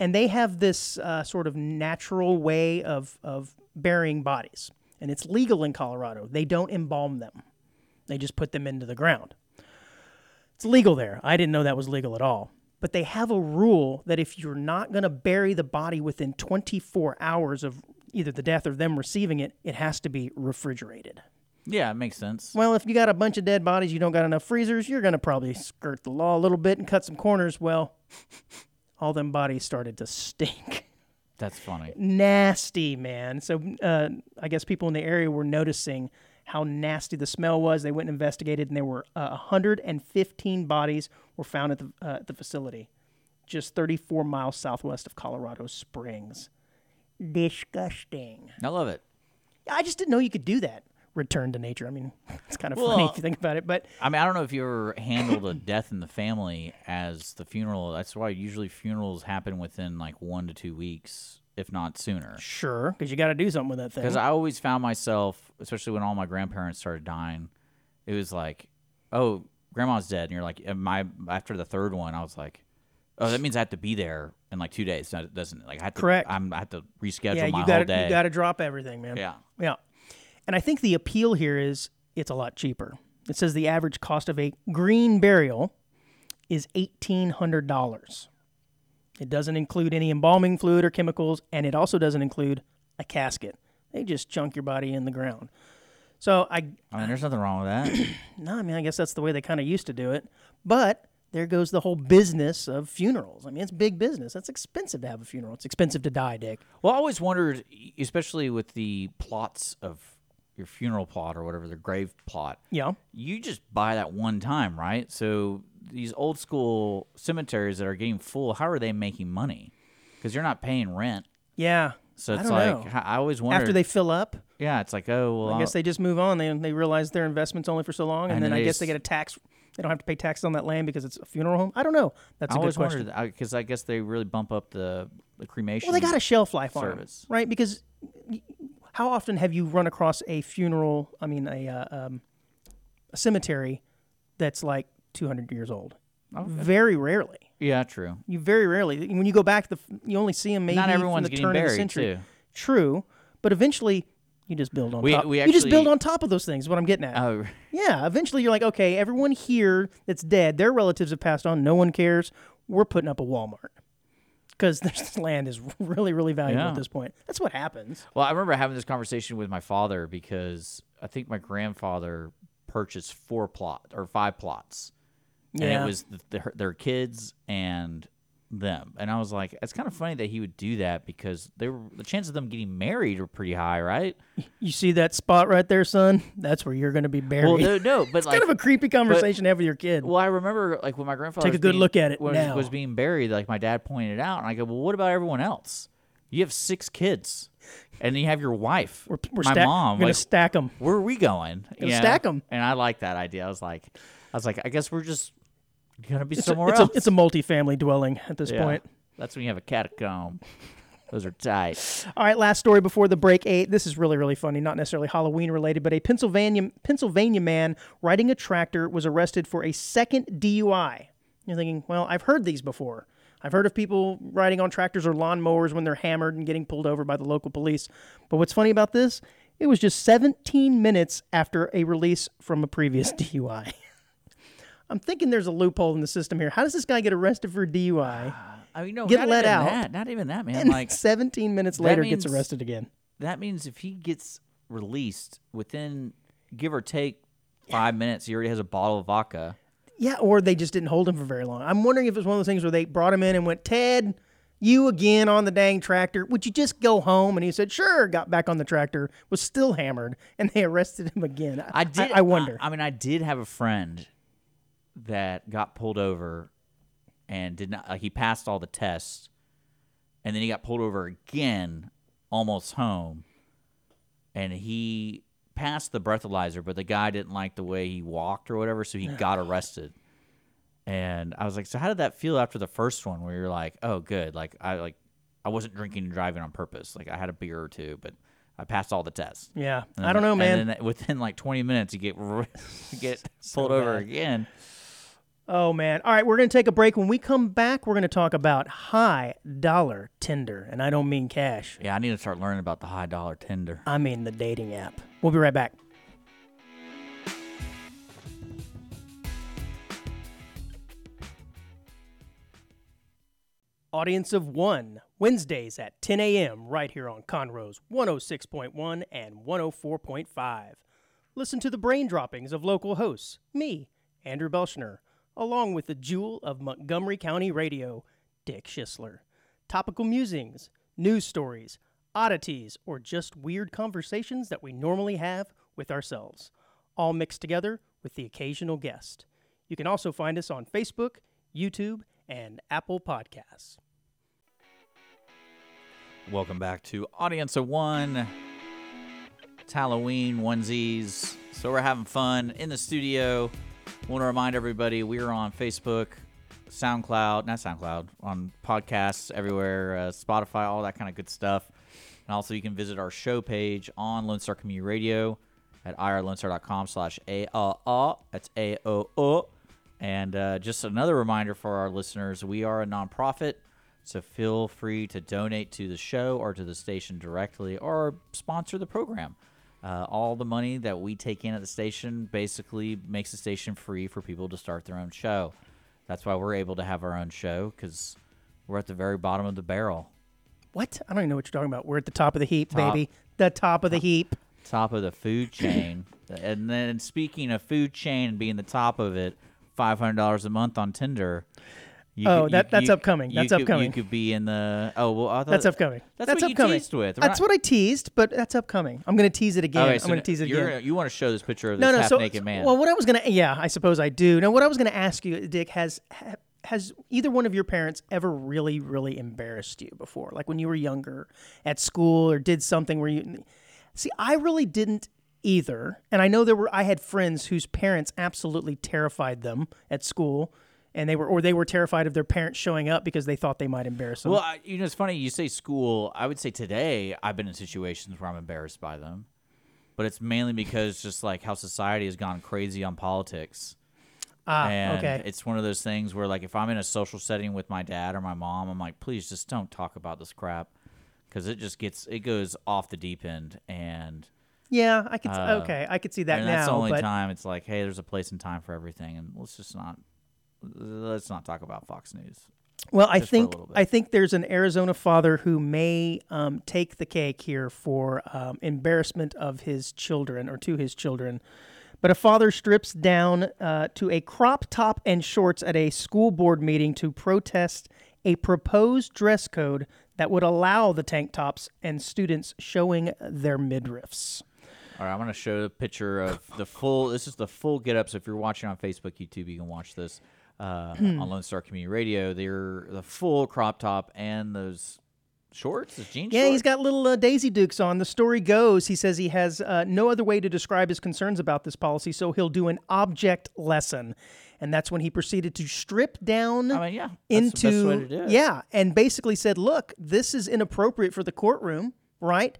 Speaker 1: And they have this uh, sort of natural way of, of burying bodies. And it's legal in Colorado. They don't embalm them, they just put them into the ground. It's legal there. I didn't know that was legal at all. But they have a rule that if you're not going to bury the body within 24 hours of either the death or them receiving it, it has to be refrigerated.
Speaker 2: Yeah, it makes sense.
Speaker 1: Well, if you got a bunch of dead bodies, you don't got enough freezers, you're going to probably skirt the law a little bit and cut some corners. Well, all them bodies started to stink.
Speaker 2: That's funny.
Speaker 1: nasty, man. So uh, I guess people in the area were noticing how nasty the smell was. They went and investigated, and there were uh, 115 bodies were found at the, uh, at the facility, just 34 miles southwest of Colorado Springs. Disgusting.
Speaker 2: I love it.
Speaker 1: I just didn't know you could do that. Return to nature. I mean, it's kind of funny
Speaker 2: Well-
Speaker 1: if you think about it, but
Speaker 2: I mean, I don't know if you ever handled a death in the family as the funeral. That's why usually funerals happen within like one to two weeks, if not sooner.
Speaker 1: sure, because you got to do something with that thing.
Speaker 2: Because I always found myself, especially when all my grandparents started dying, it was like, oh, grandma's dead, and you're like, and my after the third one, I was like, oh, that means I have to be there in like two days, No, it doesn't like I have to,
Speaker 1: Correct.
Speaker 2: I'm I have to reschedule
Speaker 1: yeah,
Speaker 2: my
Speaker 1: you
Speaker 2: whole
Speaker 1: got to
Speaker 2: day.
Speaker 1: you got to drop everything, man.
Speaker 2: yeah,
Speaker 1: Yeah. And I think the appeal here is it's a lot cheaper. It says the average cost of a green burial is $1,800. It doesn't include any embalming fluid or chemicals, and it also doesn't include a casket. They just chunk your body in the ground. So I,
Speaker 2: I mean, there's nothing wrong with that.
Speaker 1: no, I mean, I guess that's the way they kind of used to do it. But there goes the whole business of funerals. I mean, it's big business. That's expensive to have a funeral. It's expensive to die, Dick.
Speaker 2: well, I always wondered, e, especially with the plots of your funeral plot or whatever the grave plot.
Speaker 1: Yeah.
Speaker 2: you just buy that one time, right? So these old school cemeteries that are getting full, how are they making money? Because you're not paying rent.
Speaker 1: Yeah.
Speaker 2: So
Speaker 1: I
Speaker 2: it's
Speaker 1: don't
Speaker 2: like
Speaker 1: know.
Speaker 2: h- I always wonder.
Speaker 1: After they fill up,
Speaker 2: yeah, it's like oh well.
Speaker 1: I guess they just move on. They, they realize their investment's only for so long, and,
Speaker 2: And
Speaker 1: then
Speaker 2: then
Speaker 1: I
Speaker 2: they
Speaker 1: guess they
Speaker 2: s-
Speaker 1: get a tax. They don't have to pay taxes on that land because it's a funeral home. I don't know. That's
Speaker 2: I
Speaker 1: a good
Speaker 2: always
Speaker 1: question.
Speaker 2: wondered because I guess they really bump up the, the cremation.
Speaker 1: Well, they got a shelf life on 'em,
Speaker 2: service.
Speaker 1: right? Because y- how often have you run across a funeral? I mean, a uh, um, a cemetery that's like 200 years old.
Speaker 2: Oh,
Speaker 1: Very rarely.
Speaker 2: yeah, true.
Speaker 1: You very rarely when you go back, the f- you only see them maybe
Speaker 2: Not
Speaker 1: from
Speaker 2: everyone's
Speaker 1: the
Speaker 2: getting
Speaker 1: turn of the
Speaker 2: buried
Speaker 1: century.
Speaker 2: too.
Speaker 1: True, but eventually you just build on
Speaker 2: We-
Speaker 1: top.
Speaker 2: we
Speaker 1: you just build
Speaker 2: actually-
Speaker 1: on top of those things. Is what I'm getting at.
Speaker 2: Oh,
Speaker 1: yeah, eventually you're like, okay, everyone here that's dead, their relatives have passed on. No one cares. We're putting up a Walmart because this land is really, really valuable
Speaker 2: Yeah.
Speaker 1: at this point. That's what happens.
Speaker 2: well, I remember having this conversation with my father because I think my grandfather purchased four plot or five plots, and
Speaker 1: Yeah.
Speaker 2: it was th their, their kids and them. And I was like, it's kind of funny that he would do that because they were the chance of them getting married are pretty high, right?
Speaker 1: You see that spot right there, son? That's where you're going to be buried.
Speaker 2: Well, no, no, but like
Speaker 1: kind of a creepy conversation to have with your kid.
Speaker 2: Well, I remember like when my grandfather
Speaker 1: Take a
Speaker 2: was
Speaker 1: good
Speaker 2: being-
Speaker 1: look at it
Speaker 2: was,
Speaker 1: now.
Speaker 2: was being buried. Like my dad pointed it out, and I go, "Well, what about everyone else? You have six kids, and then you have your wife,
Speaker 1: we're we're
Speaker 2: my
Speaker 1: sta-
Speaker 2: mom.
Speaker 1: We're going
Speaker 2: like,
Speaker 1: to stack them.
Speaker 2: where are we going?
Speaker 1: Gonna
Speaker 2: You know?
Speaker 1: stack 'em.
Speaker 2: And I like that idea. I was like, I was like, I guess we're just gonna be
Speaker 1: It's a,
Speaker 2: somewhere
Speaker 1: it's, a,
Speaker 2: else.
Speaker 1: it's a multi-family dwelling at this
Speaker 2: Yeah.
Speaker 1: point.
Speaker 2: That's when you have a catacomb. Those are tight.
Speaker 1: All right, last story before the break. Eight. This is really, really funny. Not necessarily Halloween related, but a Pennsylvania Pennsylvania man riding a tractor was arrested for a second DUI. You're thinking, well, I've heard these before. I've heard of people riding on tractors or lawnmowers when they're hammered and getting pulled over by the local police. But what's funny about this? It was just 17 minutes after a release from a previous DUI. I'm thinking there's a loophole in the system here. How does this guy get arrested for a DUI?
Speaker 2: I mean, no,
Speaker 1: Get
Speaker 2: not
Speaker 1: let
Speaker 2: even
Speaker 1: out.
Speaker 2: That. Not even that, man.
Speaker 1: And
Speaker 2: Like
Speaker 1: 17 minutes later, gets
Speaker 2: means-
Speaker 1: arrested again.
Speaker 2: that means if he gets released within give or take five minutes, he already has a bottle of vodka.
Speaker 1: Yeah, or they just didn't hold him for very long. I'm wondering if it was one of those things where they brought him in and went, Ted, you again on the dang tractor. Would you just go home? And he said, sure. Got back on the tractor, was still hammered, and they arrested him again.
Speaker 2: I did.
Speaker 1: I, wonder.
Speaker 2: I, mean, I did have a friend that got pulled over and did not. Like, he passed all the tests, and then he got pulled over again, almost home, and he passed the breathalyzer, but the guy didn't like the way he walked or whatever, so he got arrested. And I was like, so how did that feel after the first one, where you're like, oh, good, like I like I wasn't drinking and driving on purpose, like I had a beer or two, but I passed all the tests.
Speaker 1: yeah,
Speaker 2: Uh-huh. And
Speaker 1: I don't
Speaker 2: then-
Speaker 1: know, man.
Speaker 2: And then within like 20 minutes, you get r- you get pulled over again.
Speaker 1: oh, man. All right, we're going to take a break. When we come back, we're going to talk about high dollar Tinder. And I don't mean cash,
Speaker 2: Yeah, I need to start learning about the high dollar tender.
Speaker 1: I mean the dating app. We'll be right back. Audience of One, Wednesdays at 10 a.m., right here on Conroe's 106.1 and 104.5. Listen to the brain droppings of local hosts, me, Andrew Belshner, along with the jewel of Montgomery County Radio, Dick Schisler. Topical musings, news stories, oddities, or just weird conversations that we normally have with ourselves, all mixed together with the occasional guest. You can also find us on Facebook, YouTube, and Apple Podcasts.
Speaker 2: Welcome back to Audience of One. It's Halloween onesies. So we're having fun in the studio. Want to remind everybody we are on Facebook, SoundCloud, not SoundCloud, on podcasts everywhere, uh, Spotify, all that kind of good stuff. And also you can visit our show page on Lone Star Community Radio at irlonestar.com slash A-O-O. That's A-O-O. And uh, just another reminder for our listeners, we are a nonprofit. So feel free to donate to the show or to the station directly or sponsor the program. Uh, all the money that we take in at the station basically makes the station free for people to start their own show. That's why we're able to have our own show because we're at the very bottom of the barrel,
Speaker 1: What? I don't even know what you're talking about. We're at the top of the heap,
Speaker 2: Top.
Speaker 1: baby. The top of the heap.
Speaker 2: top of the food chain. and then speaking of food chain and being the top of it, five hundred dollars a month on Tinder. you
Speaker 1: Oh,
Speaker 2: could-
Speaker 1: that- that's upcoming.
Speaker 2: you
Speaker 1: That's
Speaker 2: could-
Speaker 1: upcoming.
Speaker 2: You could be in the oh well. I thought,
Speaker 1: That's upcoming.
Speaker 2: That's,
Speaker 1: that's
Speaker 2: what
Speaker 1: upcoming.
Speaker 2: you teased with. We're
Speaker 1: That's
Speaker 2: not-
Speaker 1: what I teased, but that's upcoming. I'm going to tease it again.
Speaker 2: Okay,
Speaker 1: I'm going to tease it
Speaker 2: you're
Speaker 1: again.
Speaker 2: gonna- You want to show this picture of this
Speaker 1: No, no.
Speaker 2: half
Speaker 1: So,
Speaker 2: naked man?
Speaker 1: well, what I was going to, yeah, I suppose I do. Now, what I was going to ask you, Dick, has ha- has either one of your parents ever really really embarrassed you before? Like when you were younger at school or did something where you See, I really didn't either. And I know there were I had friends whose parents absolutely terrified them at school and they were or they were terrified of their parents showing up because they thought they might embarrass them.
Speaker 2: Well, I, you know, it's funny you say school. I would say today I've been in situations where I'm embarrassed by them, but it's mainly because just like how society has gone crazy on politics.
Speaker 1: ah,
Speaker 2: And
Speaker 1: okay.
Speaker 2: it's one of those things where, like, if I'm in a social setting with my dad or my mom, I'm like, please just don't talk about this crap because it just gets, it goes off the deep end. And,
Speaker 1: yeah, I could s-
Speaker 2: uh,
Speaker 1: okay, I could see that
Speaker 2: and
Speaker 1: now,
Speaker 2: that's the only
Speaker 1: but
Speaker 2: time it's like, hey, there's a place and time for everything. And let's just not, let's not talk about Fox News.
Speaker 1: Well, I
Speaker 2: just for a
Speaker 1: think
Speaker 2: little bit.
Speaker 1: I think there's an Arizona father who may um, take the cake here for um, embarrassment of his children or to his children. But a father strips down uh, to a crop top and shorts at a school board meeting to protest a proposed dress code that would allow the tank tops and students showing their midriffs.
Speaker 2: All right, I'm going to show a picture of the full. This is the full get up. So if you're watching on Facebook, YouTube, you can watch this uh,
Speaker 1: Hmm.
Speaker 2: on Lone Star Community Radio. They're the full crop top and those shorts, those jean
Speaker 1: Yeah,
Speaker 2: shorts.
Speaker 1: he's got little uh, Daisy Dukes on. The story goes, he says he has uh, no other way to describe his concerns about this policy, so he'll do an object lesson, and that's when he proceeded to strip down
Speaker 2: I mean, yeah, that's
Speaker 1: into
Speaker 2: the best way to do it.
Speaker 1: yeah, and basically said, "Look, this is inappropriate for the courtroom, right?"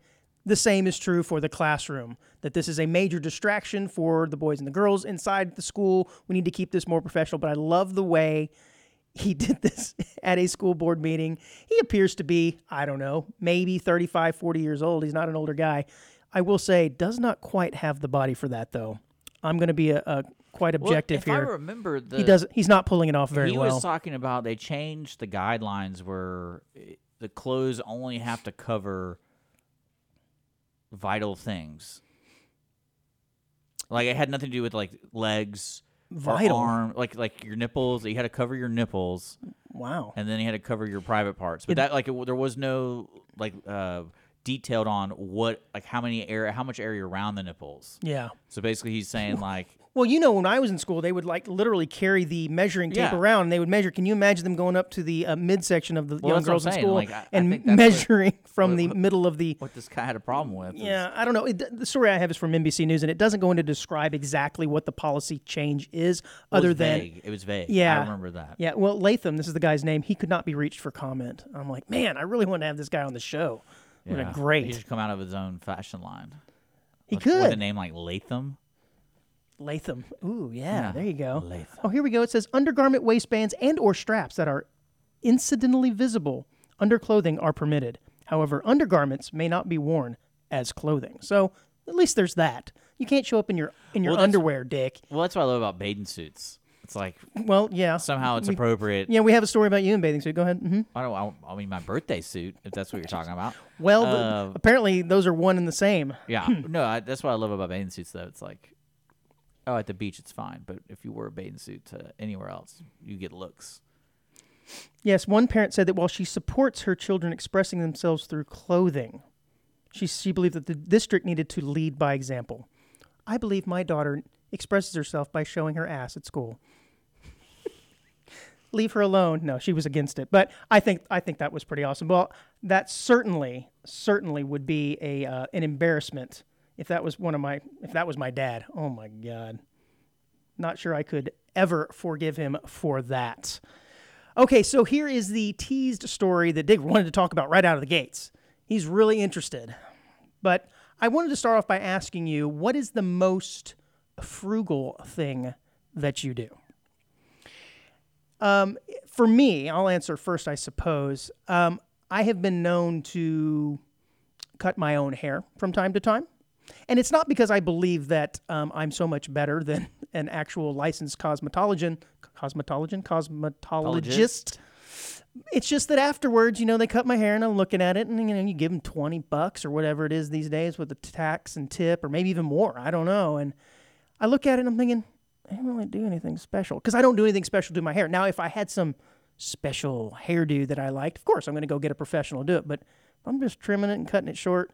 Speaker 1: The same is true for the classroom. That this is a major distraction for the boys and the girls inside the school. We need to keep this more professional. But I love the way he did this at a school board meeting. He appears to be, I don't know, maybe 35, 40 years old. He's not an older guy. I will say, does not quite have the body for that, though. I'm going to be a, a quite
Speaker 2: Well,
Speaker 1: objective
Speaker 2: if I
Speaker 1: here.
Speaker 2: remember, the,
Speaker 1: he doesn't. He's not pulling it off very
Speaker 2: he
Speaker 1: well.
Speaker 2: was talking about they changed the guidelines where eh, the clothes only have to cover vital things. Like it had nothing to do with like legs, or
Speaker 1: Vital?
Speaker 2: arm, like like your nipples. You had to cover your nipples,
Speaker 1: wow.
Speaker 2: and then you had to cover your private parts. But that like it, there was no like uh detailed on what like how many area how much area around the nipples.
Speaker 1: Yeah.
Speaker 2: So basically, he's saying like
Speaker 1: Well, you know, when I was in school, they would like literally carry the measuring tape
Speaker 2: Yeah.
Speaker 1: around, and they would measure. Can you imagine them going up to the uh, midsection of the young
Speaker 2: that's what I'm
Speaker 1: girls in
Speaker 2: saying.
Speaker 1: school
Speaker 2: Like, I- I
Speaker 1: and
Speaker 2: think that's what-
Speaker 1: measuring from the middle of the?
Speaker 2: what this guy had a problem with. is-
Speaker 1: Yeah, I don't know. It, the story I have is from NBC News, and it doesn't go into describe exactly what the policy change is,
Speaker 2: It was
Speaker 1: other than
Speaker 2: vague. it was vague.
Speaker 1: Yeah.
Speaker 2: I remember that.
Speaker 1: yeah. Well, Latham, this is the guy's name. He could not be reached for comment. I'm like, man, I really want to have this guy on the show. What a
Speaker 2: Yeah. He
Speaker 1: great.
Speaker 2: should come out of his own fashion line.
Speaker 1: He
Speaker 2: with, With a
Speaker 1: could.
Speaker 2: name like Latham.
Speaker 1: Latham. Ooh, yeah,
Speaker 2: Yeah,
Speaker 1: There you go.
Speaker 2: Latham.
Speaker 1: Oh, here we go. It says undergarment waistbands and or straps that are incidentally visible under clothing are permitted. However, undergarments may not be worn as clothing. So at least there's that. You can't show up in your in your
Speaker 2: Well, that's-
Speaker 1: underwear, Dick.
Speaker 2: Well, that's what I love about bathing suits. It's like
Speaker 1: Well, yeah.
Speaker 2: somehow it's appropriate.
Speaker 1: yeah, we have a story about you in bathing suit. Go ahead. hmm
Speaker 2: I don't. I, I mean, my birthday suit, if that's what you're talking about.
Speaker 1: Well, th-
Speaker 2: Uh,
Speaker 1: apparently those are one and the same.
Speaker 2: Yeah. no, I, that's what I love about bathing suits, though. It's like, oh, at the beach it's fine, but if you wear a bathing suit to anywhere else, you get looks.
Speaker 1: Yes, one parent said that while she supports her children expressing themselves through clothing, she, she believed that the district needed to lead by example. I believe my daughter expresses herself by showing her ass at school. Leave her alone. No, she was against it, but I think I think that was pretty awesome. Well, that certainly certainly would be a uh, an embarrassment if that was one of my if that was my dad. Oh my god, not sure I could ever forgive him for that. Okay, so here is the teased story that Dig wanted to talk about right out of the gates. He's really interested. But I wanted to start off by asking you what is the most frugal thing that you do? Um, for me, I'll answer first, I suppose. Um, I have been known to cut my own hair from time to time. And it's not because I believe that um, I'm so much better than an actual licensed cosmetologian, cosmetologian, cosmetologist. It's just that afterwards, you know, they cut my hair and I'm looking at it, and you know, you give them twenty bucks or whatever it is these days with the tax and tip, or maybe even more. I don't know. And I look at it and I'm thinking, I didn't really do anything special because I don't do anything special to my hair. Now, if I had some special hairdo that I liked, of course I'm going to go get a professional to do it. But if I'm just trimming it and cutting it short.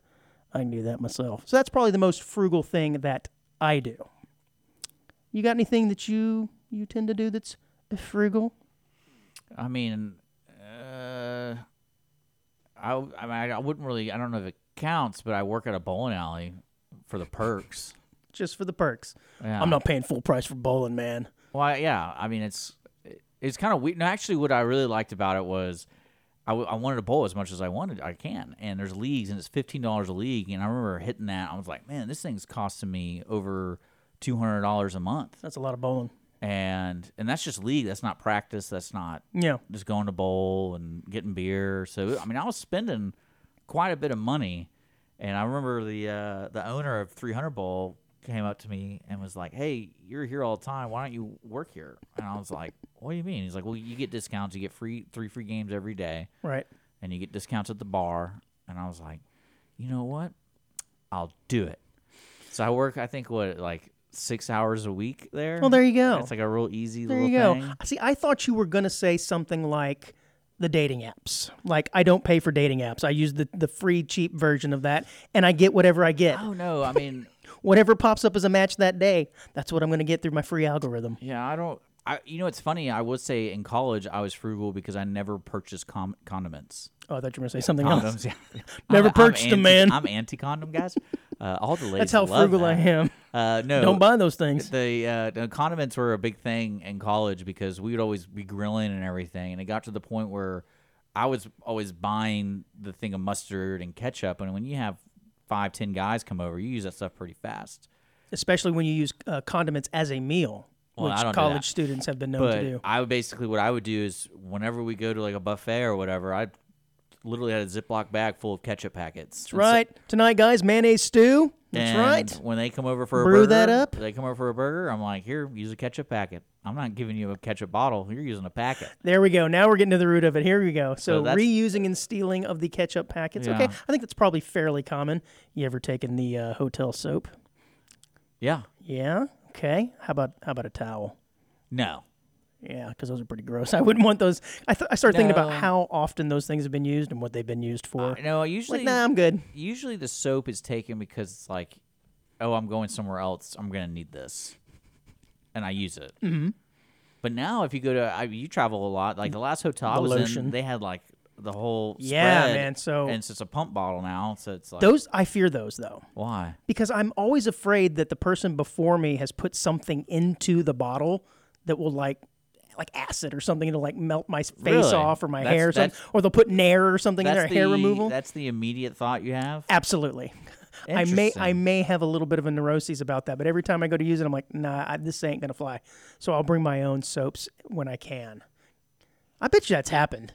Speaker 1: I can do that myself. So that's probably the most frugal thing that I do. You got anything that you you tend to do that's frugal?
Speaker 2: I mean, uh, I, w- I mean, I- I wouldn't really. I don't know if it counts, but I work at a bowling alley for the perks.
Speaker 1: just for the perks.
Speaker 2: Yeah.
Speaker 1: I'm not paying full price for bowling, man.
Speaker 2: Well, I- yeah. I mean, it's it- it's kind of weird. No, actually, what I really liked about it was I, w- I wanted to bowl as much as I wanted. I can, and there's leagues, and it's fifteen dollars a league. And I remember hitting that. I was like, man, this thing's costing me over two hundred dollars a month.
Speaker 1: That's a lot of bowling.
Speaker 2: And and that's just league. That's not practice. That's not
Speaker 1: Yeah.
Speaker 2: just going to bowl and getting beer. So I mean, I was spending quite a bit of money, and I remember the uh, the owner of 300 Bowl came up to me and was like, "Hey, you're here all the time. Why don't you work here?" And I was like, "What do you mean?" He's like, "Well, you get discounts. You get free three free games every day,
Speaker 1: Right.
Speaker 2: and you get discounts at the bar." And I was like, "You know what? I'll do it." So I work. I think what like six hours a week there.
Speaker 1: Well, there you go.
Speaker 2: It's like a real easy
Speaker 1: There
Speaker 2: little
Speaker 1: you go.
Speaker 2: thing.
Speaker 1: See, I thought you were going to say something like the dating apps. Like, I don't pay for dating apps. I use the, the free, cheap version of that, and I get whatever I get.
Speaker 2: Oh no! I mean.
Speaker 1: Whatever pops up as a match that day, that's what I'm going to get through my free algorithm.
Speaker 2: Yeah, I don't. I, you know, it's funny. I would say in college I was frugal because I never purchased com- condiments.
Speaker 1: Oh, I thought you were going to say something else.
Speaker 2: Condoms, yeah. I'm-
Speaker 1: Never
Speaker 2: I'm
Speaker 1: purchased 'em,
Speaker 2: anti-
Speaker 1: man.
Speaker 2: I'm anti-condom, guys. Uh, all the ladies.
Speaker 1: That's how
Speaker 2: love
Speaker 1: frugal I
Speaker 2: that.
Speaker 1: am.
Speaker 2: Uh, no,
Speaker 1: Don't buy those things.
Speaker 2: the, uh, the condiments were a big thing in college because we would always be grilling and everything, and it got to the point where I was always buying the thing of mustard and ketchup, and when you have five, ten guys come over, you use that stuff pretty fast.
Speaker 1: Especially when you use uh, condiments as a meal,
Speaker 2: Well,
Speaker 1: which
Speaker 2: I don't do
Speaker 1: college
Speaker 2: that.
Speaker 1: students have been known
Speaker 2: but
Speaker 1: to do.
Speaker 2: I would basically what I would do is whenever we go to like a buffet or whatever, I literally had a Ziploc bag full of ketchup packets.
Speaker 1: That's right. Tonight, guys, mayonnaise stew. That's right.
Speaker 2: When they come over for a
Speaker 1: Brew
Speaker 2: burger,
Speaker 1: that up.
Speaker 2: They come over for a burger. I'm like, here, use a ketchup packet. I'm not giving you a ketchup bottle. You're using a packet.
Speaker 1: There we go. Now we're getting to the root of it. Here we go. So,
Speaker 2: that's-
Speaker 1: reusing and stealing of the ketchup packets. Okay,
Speaker 2: Yeah.
Speaker 1: I think that's probably fairly common. You ever taken the uh, hotel soap?
Speaker 2: Yeah.
Speaker 1: Yeah. Okay. How about how about a towel?
Speaker 2: No.
Speaker 1: Yeah, because those are pretty gross. I wouldn't want those. I, th- I started thinking about
Speaker 2: No.
Speaker 1: how often those things have been used and what they've been used for.
Speaker 2: No. Usually,
Speaker 1: like, nah, I'm good.
Speaker 2: usually the soap is taken because it's like, oh, I'm going somewhere else. I'm gonna need this, and I use it. Mm-hmm. But now, if you go to, I, you travel a lot. Like the last hotel I
Speaker 1: The
Speaker 2: was
Speaker 1: lotion.
Speaker 2: in, they had like the whole
Speaker 1: Yeah,
Speaker 2: spread,
Speaker 1: man, so-
Speaker 2: and it's just a pump bottle now. So it's like,
Speaker 1: Those I fear those though.
Speaker 2: why?
Speaker 1: because I'm always afraid that the person before me has put something into the bottle that will like like acid or something to like melt my face
Speaker 2: Really?
Speaker 1: off or my
Speaker 2: That's-
Speaker 1: hair or something
Speaker 2: that's-
Speaker 1: or they'll put Nair or something in there hair
Speaker 2: the-
Speaker 1: removal
Speaker 2: That's the immediate thought you have.
Speaker 1: absolutely I may I
Speaker 2: Interesting.
Speaker 1: may have a little bit of a neuroses about that but every time I go to use it I'm like nah I, this ain't gonna fly so I'll bring my own soaps when I can I bet you that's happened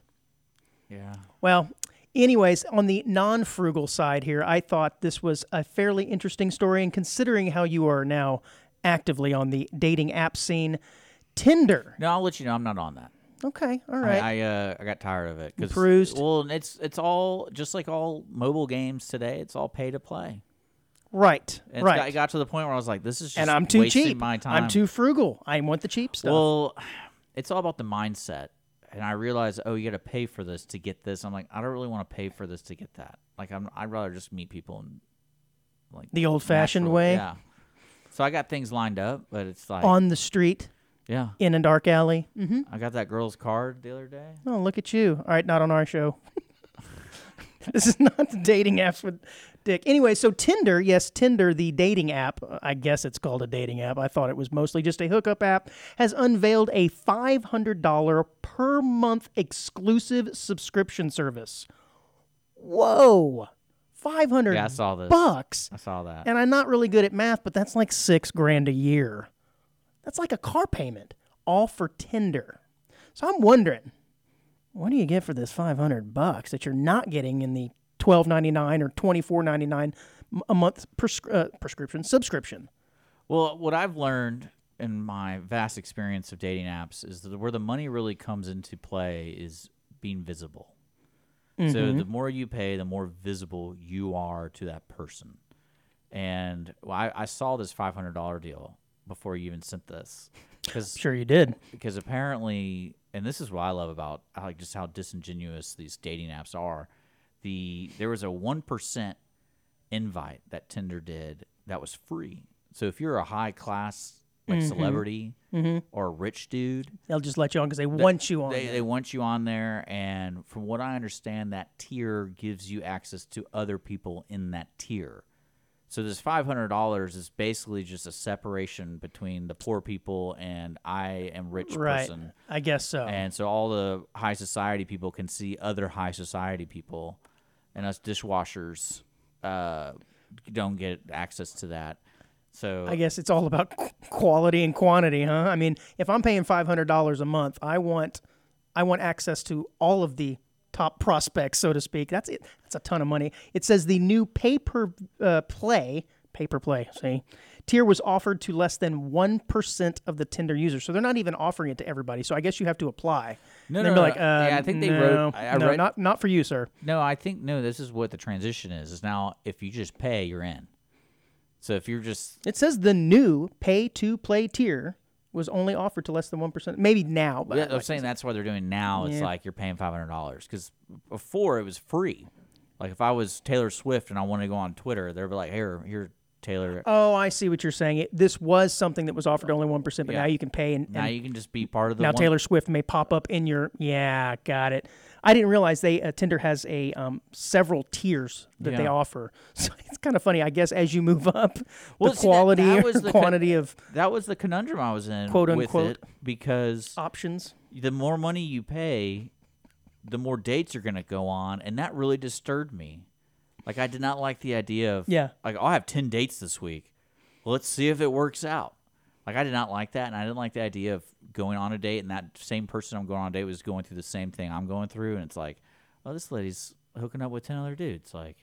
Speaker 2: Yeah.
Speaker 1: well, anyways, on the non frugal side here, I thought this was a fairly interesting story. And considering how you are now actively on the dating app scene, Tinder.
Speaker 2: No, I'll let you know. I'm not on that.
Speaker 1: Okay, all
Speaker 2: I-
Speaker 1: right.
Speaker 2: I uh, I got tired of it. 'cause-
Speaker 1: Bruised.
Speaker 2: Well, and it's it's all just like all mobile games today. It's all pay to play.
Speaker 1: right,
Speaker 2: And
Speaker 1: right.
Speaker 2: It got, it got to the point where I was like, this is just
Speaker 1: and I'm too
Speaker 2: wasting
Speaker 1: cheap.
Speaker 2: my time.
Speaker 1: I'm too frugal. I want the cheap stuff.
Speaker 2: Well, it's all about the mindset. And I realized, oh, you got to pay for this to get this. I'm like, I don't really want to pay for this to get that. Like, I'm, I'd rather just meet people and like
Speaker 1: The old-fashioned
Speaker 2: natural-
Speaker 1: way?
Speaker 2: Yeah. So I got things lined up, but it's like,
Speaker 1: on the street,
Speaker 2: yeah,
Speaker 1: in a dark alley. Mm-hmm.
Speaker 2: I got that girl's card the other day.
Speaker 1: Oh, look at you. All right, not on our show. this is not the dating apps with Dick. Anyway, so Tinder, yes, Tinder, the dating app, uh, I guess it's called a dating app. I thought it was mostly just a hookup app, has unveiled a $500 per month exclusive subscription service. Whoa. 500
Speaker 2: Yeah, I saw this.
Speaker 1: bucks.
Speaker 2: I saw that.
Speaker 1: And I'm not really good at math, but that's like six grand a year. That's like a car payment, all for Tinder. So I'm wondering, what do you get for this 500 bucks that you're not getting in the 12.99 or 24.99 m- a month prescri- uh, prescription subscription?
Speaker 2: Well, what I've learned in my vast experience of dating apps is that where the money really comes into play is being visible.
Speaker 1: Mm-hmm.
Speaker 2: So the more you pay, the more visible you are to that person. And well, I, I saw this five hundred dollar deal before you even sent this, because
Speaker 1: Sure you did.
Speaker 2: because apparently, and this is what I love about I like just how disingenuous these dating apps are. The there was a one percent invite that Tinder did that was free. So if you're a high class like celebrity or rich dude.
Speaker 1: Mm-hmm. They'll just let you on because they want you on.
Speaker 2: They, they want you on there, and from what I understand, that tier gives you access to other people in that tier. So this five hundred dollars is basically just a separation between the poor people and I am rich
Speaker 1: right.
Speaker 2: person,
Speaker 1: I guess so.
Speaker 2: and so all the high society people can see other high society people, and us dishwashers uh, don't get access to that. So
Speaker 1: I guess it's all about qu- quality and quantity, huh? I mean, if I'm paying five hundred dollars a month, I want, I want access to all of the top prospects, so to speak. That's it. That's a ton of money. It says the new pay per uh, play, pay per play. See, tier was offered to less than one percent of the Tinder users, so they're not even offering it to everybody. So I guess you have to apply.
Speaker 2: No,
Speaker 1: And they'll
Speaker 2: no,
Speaker 1: be like,
Speaker 2: no. Yeah,
Speaker 1: um,
Speaker 2: I think they
Speaker 1: no,
Speaker 2: wrote- I- I
Speaker 1: no,
Speaker 2: read-
Speaker 1: not not for you, sir.
Speaker 2: No, I think no. This is what the transition is. Is now if you just pay, you're in. So if you're just
Speaker 1: It says the new pay to play tier was only offered to less than one percent. Maybe now, but
Speaker 2: I'm saying that's what they're doing now. It's like you're paying five hundred dollars because before it was free. Like if I was Taylor Swift and I wanted to go on Twitter, they'd be like, "Here, here, Taylor.
Speaker 1: Oh, I see what you're saying. It, this was something that was offered to only one percent, but now you can pay, and, and
Speaker 2: now
Speaker 1: now,
Speaker 2: you can just be part of the." one-
Speaker 1: Taylor Swift may pop up in your. Yeah, got it. I didn't realize they uh, Tinder has a um, several tiers that they
Speaker 2: Yeah.
Speaker 1: offer, so it's kind of funny. I guess as you move up,
Speaker 2: Well,
Speaker 1: the
Speaker 2: see, that-
Speaker 1: quality
Speaker 2: that
Speaker 1: or
Speaker 2: was the con-
Speaker 1: quantity of
Speaker 2: That was the conundrum I was in,
Speaker 1: Quote,
Speaker 2: with
Speaker 1: unquote.
Speaker 2: it because
Speaker 1: options.
Speaker 2: the more money you pay, the more dates you're going to go on, and that really disturbed me. Like I did not like the idea of
Speaker 1: Yeah.
Speaker 2: Like I'll have ten dates this week. Let's see if it works out. Like I did not like that, and I didn't like the idea of going on a date and that same person I'm going on a date was going through the same thing I'm going through, and it's like, oh, this lady's hooking up with ten other dudes. Like,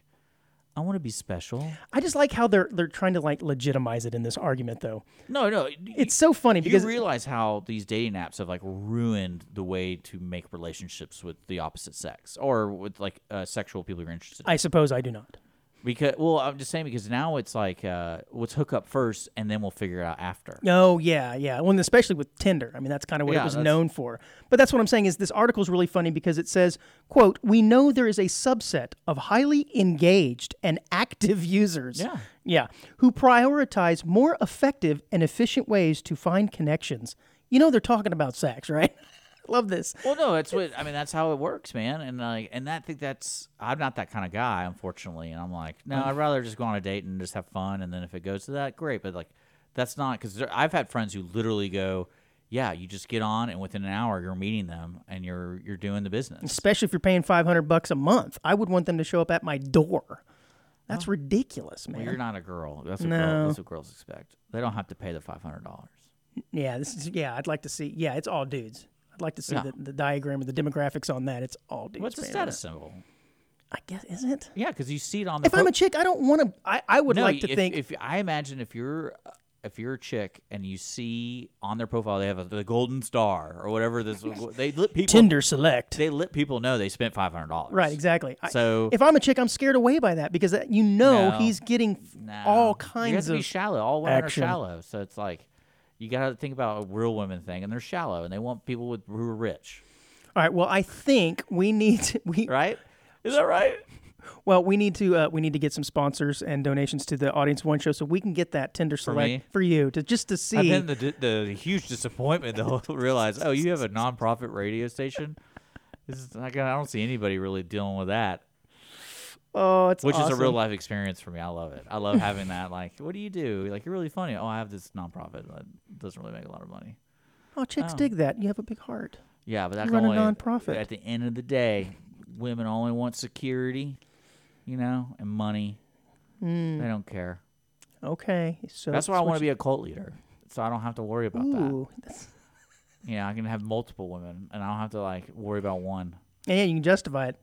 Speaker 2: I want to be special.
Speaker 1: I just like how they're they're trying to like legitimize it in this argument, though.
Speaker 2: No, no,
Speaker 1: It's so funny
Speaker 2: Do
Speaker 1: because
Speaker 2: you realize how these dating apps have like ruined the way to make relationships with the opposite sex or with like uh, sexual people you're interested in?
Speaker 1: I suppose I do not.
Speaker 2: Because well, I'm just saying because now it's like uh, let's hook up first and then we'll figure it out after.
Speaker 1: Oh yeah, yeah. Well, and especially with Tinder. I mean, that's kind of what it
Speaker 2: Yeah,
Speaker 1: was
Speaker 2: that's-
Speaker 1: known for. But that's what I'm saying is this article is really funny because it says, "quote We know there is a subset of highly engaged and active users,
Speaker 2: Yeah.
Speaker 1: yeah, who prioritize more effective and efficient ways to find connections." You know, they're talking about sex, right? Love this.
Speaker 2: Well, no, that's what I mean. That's how it works, man. And like, and I think that's I'm not that kind of guy, unfortunately. And I'm like, no, I'd rather just go on a date and just have fun. And then if it goes to that, great. But like, that's not because I've had friends who literally go, yeah, you just get on, and within an hour you're meeting them and you're you're doing the business.
Speaker 1: Especially if you're paying 500 bucks a month, I would want them to show up at my door. That's ridiculous, man.
Speaker 2: Oh. Well, you're not a girl. That's what girl, that's what girls expect. They don't have to pay the five hundred dollars.
Speaker 1: Yeah, this is yeah. I'd like to see. Yeah, it's all dudes. I'd like to see the, the diagram or the demographics on that. It's all dudes.
Speaker 2: What's a
Speaker 1: man.
Speaker 2: status symbol?
Speaker 1: I guess is it?
Speaker 2: Yeah, because you see it on the.
Speaker 1: If I'm a chick, I don't want to. I, I would like to
Speaker 2: if,
Speaker 1: think.
Speaker 2: if I imagine if you're uh, if you're a chick and you see on their profile they have a, the golden star or whatever this they let people
Speaker 1: Tinder select.
Speaker 2: they let people know they spent five hundred dollars
Speaker 1: Right, exactly. I-
Speaker 2: So-
Speaker 1: if I'm a chick, I'm scared away by that because that, you know
Speaker 2: No.
Speaker 1: he's getting f- all kinds
Speaker 2: you have to be
Speaker 1: of.
Speaker 2: shallow all women
Speaker 1: action.
Speaker 2: are shallow so it's like you got to think about a real women thing and they're shallow and they want people with who are rich
Speaker 1: all right. Well, I think we need to, we
Speaker 2: right is that right
Speaker 1: well we need to uh, we need to get some sponsors and donations to the audience one show so we can get that Tinder select
Speaker 2: me?
Speaker 1: for you to just to
Speaker 2: and
Speaker 1: see.
Speaker 2: then the, di- the huge disappointment they'll realize oh you have a nonprofit radio station this is not gonna, I don't see anybody really dealing with that
Speaker 1: oh, it's
Speaker 2: which is a
Speaker 1: awesome.
Speaker 2: real life experience for me. I love it. I love having that. Like, what do you do? Like, you're really funny. Oh, I have this nonprofit that doesn't really make a lot of money.
Speaker 1: Oh, chicks dig that. You have a big heart.
Speaker 2: Yeah, but that's
Speaker 1: run a
Speaker 2: only
Speaker 1: nonprofit.
Speaker 2: At the end of the day, women only want security, you know, and money.
Speaker 1: Hmm.
Speaker 2: They don't care.
Speaker 1: Okay, Mm. so
Speaker 2: That's why I want to be a cult leader, so I don't have to worry about
Speaker 1: Ooh, that's,
Speaker 2: that. You know, I can have multiple women, and I don't have to like worry about one.
Speaker 1: yeah, you can justify it.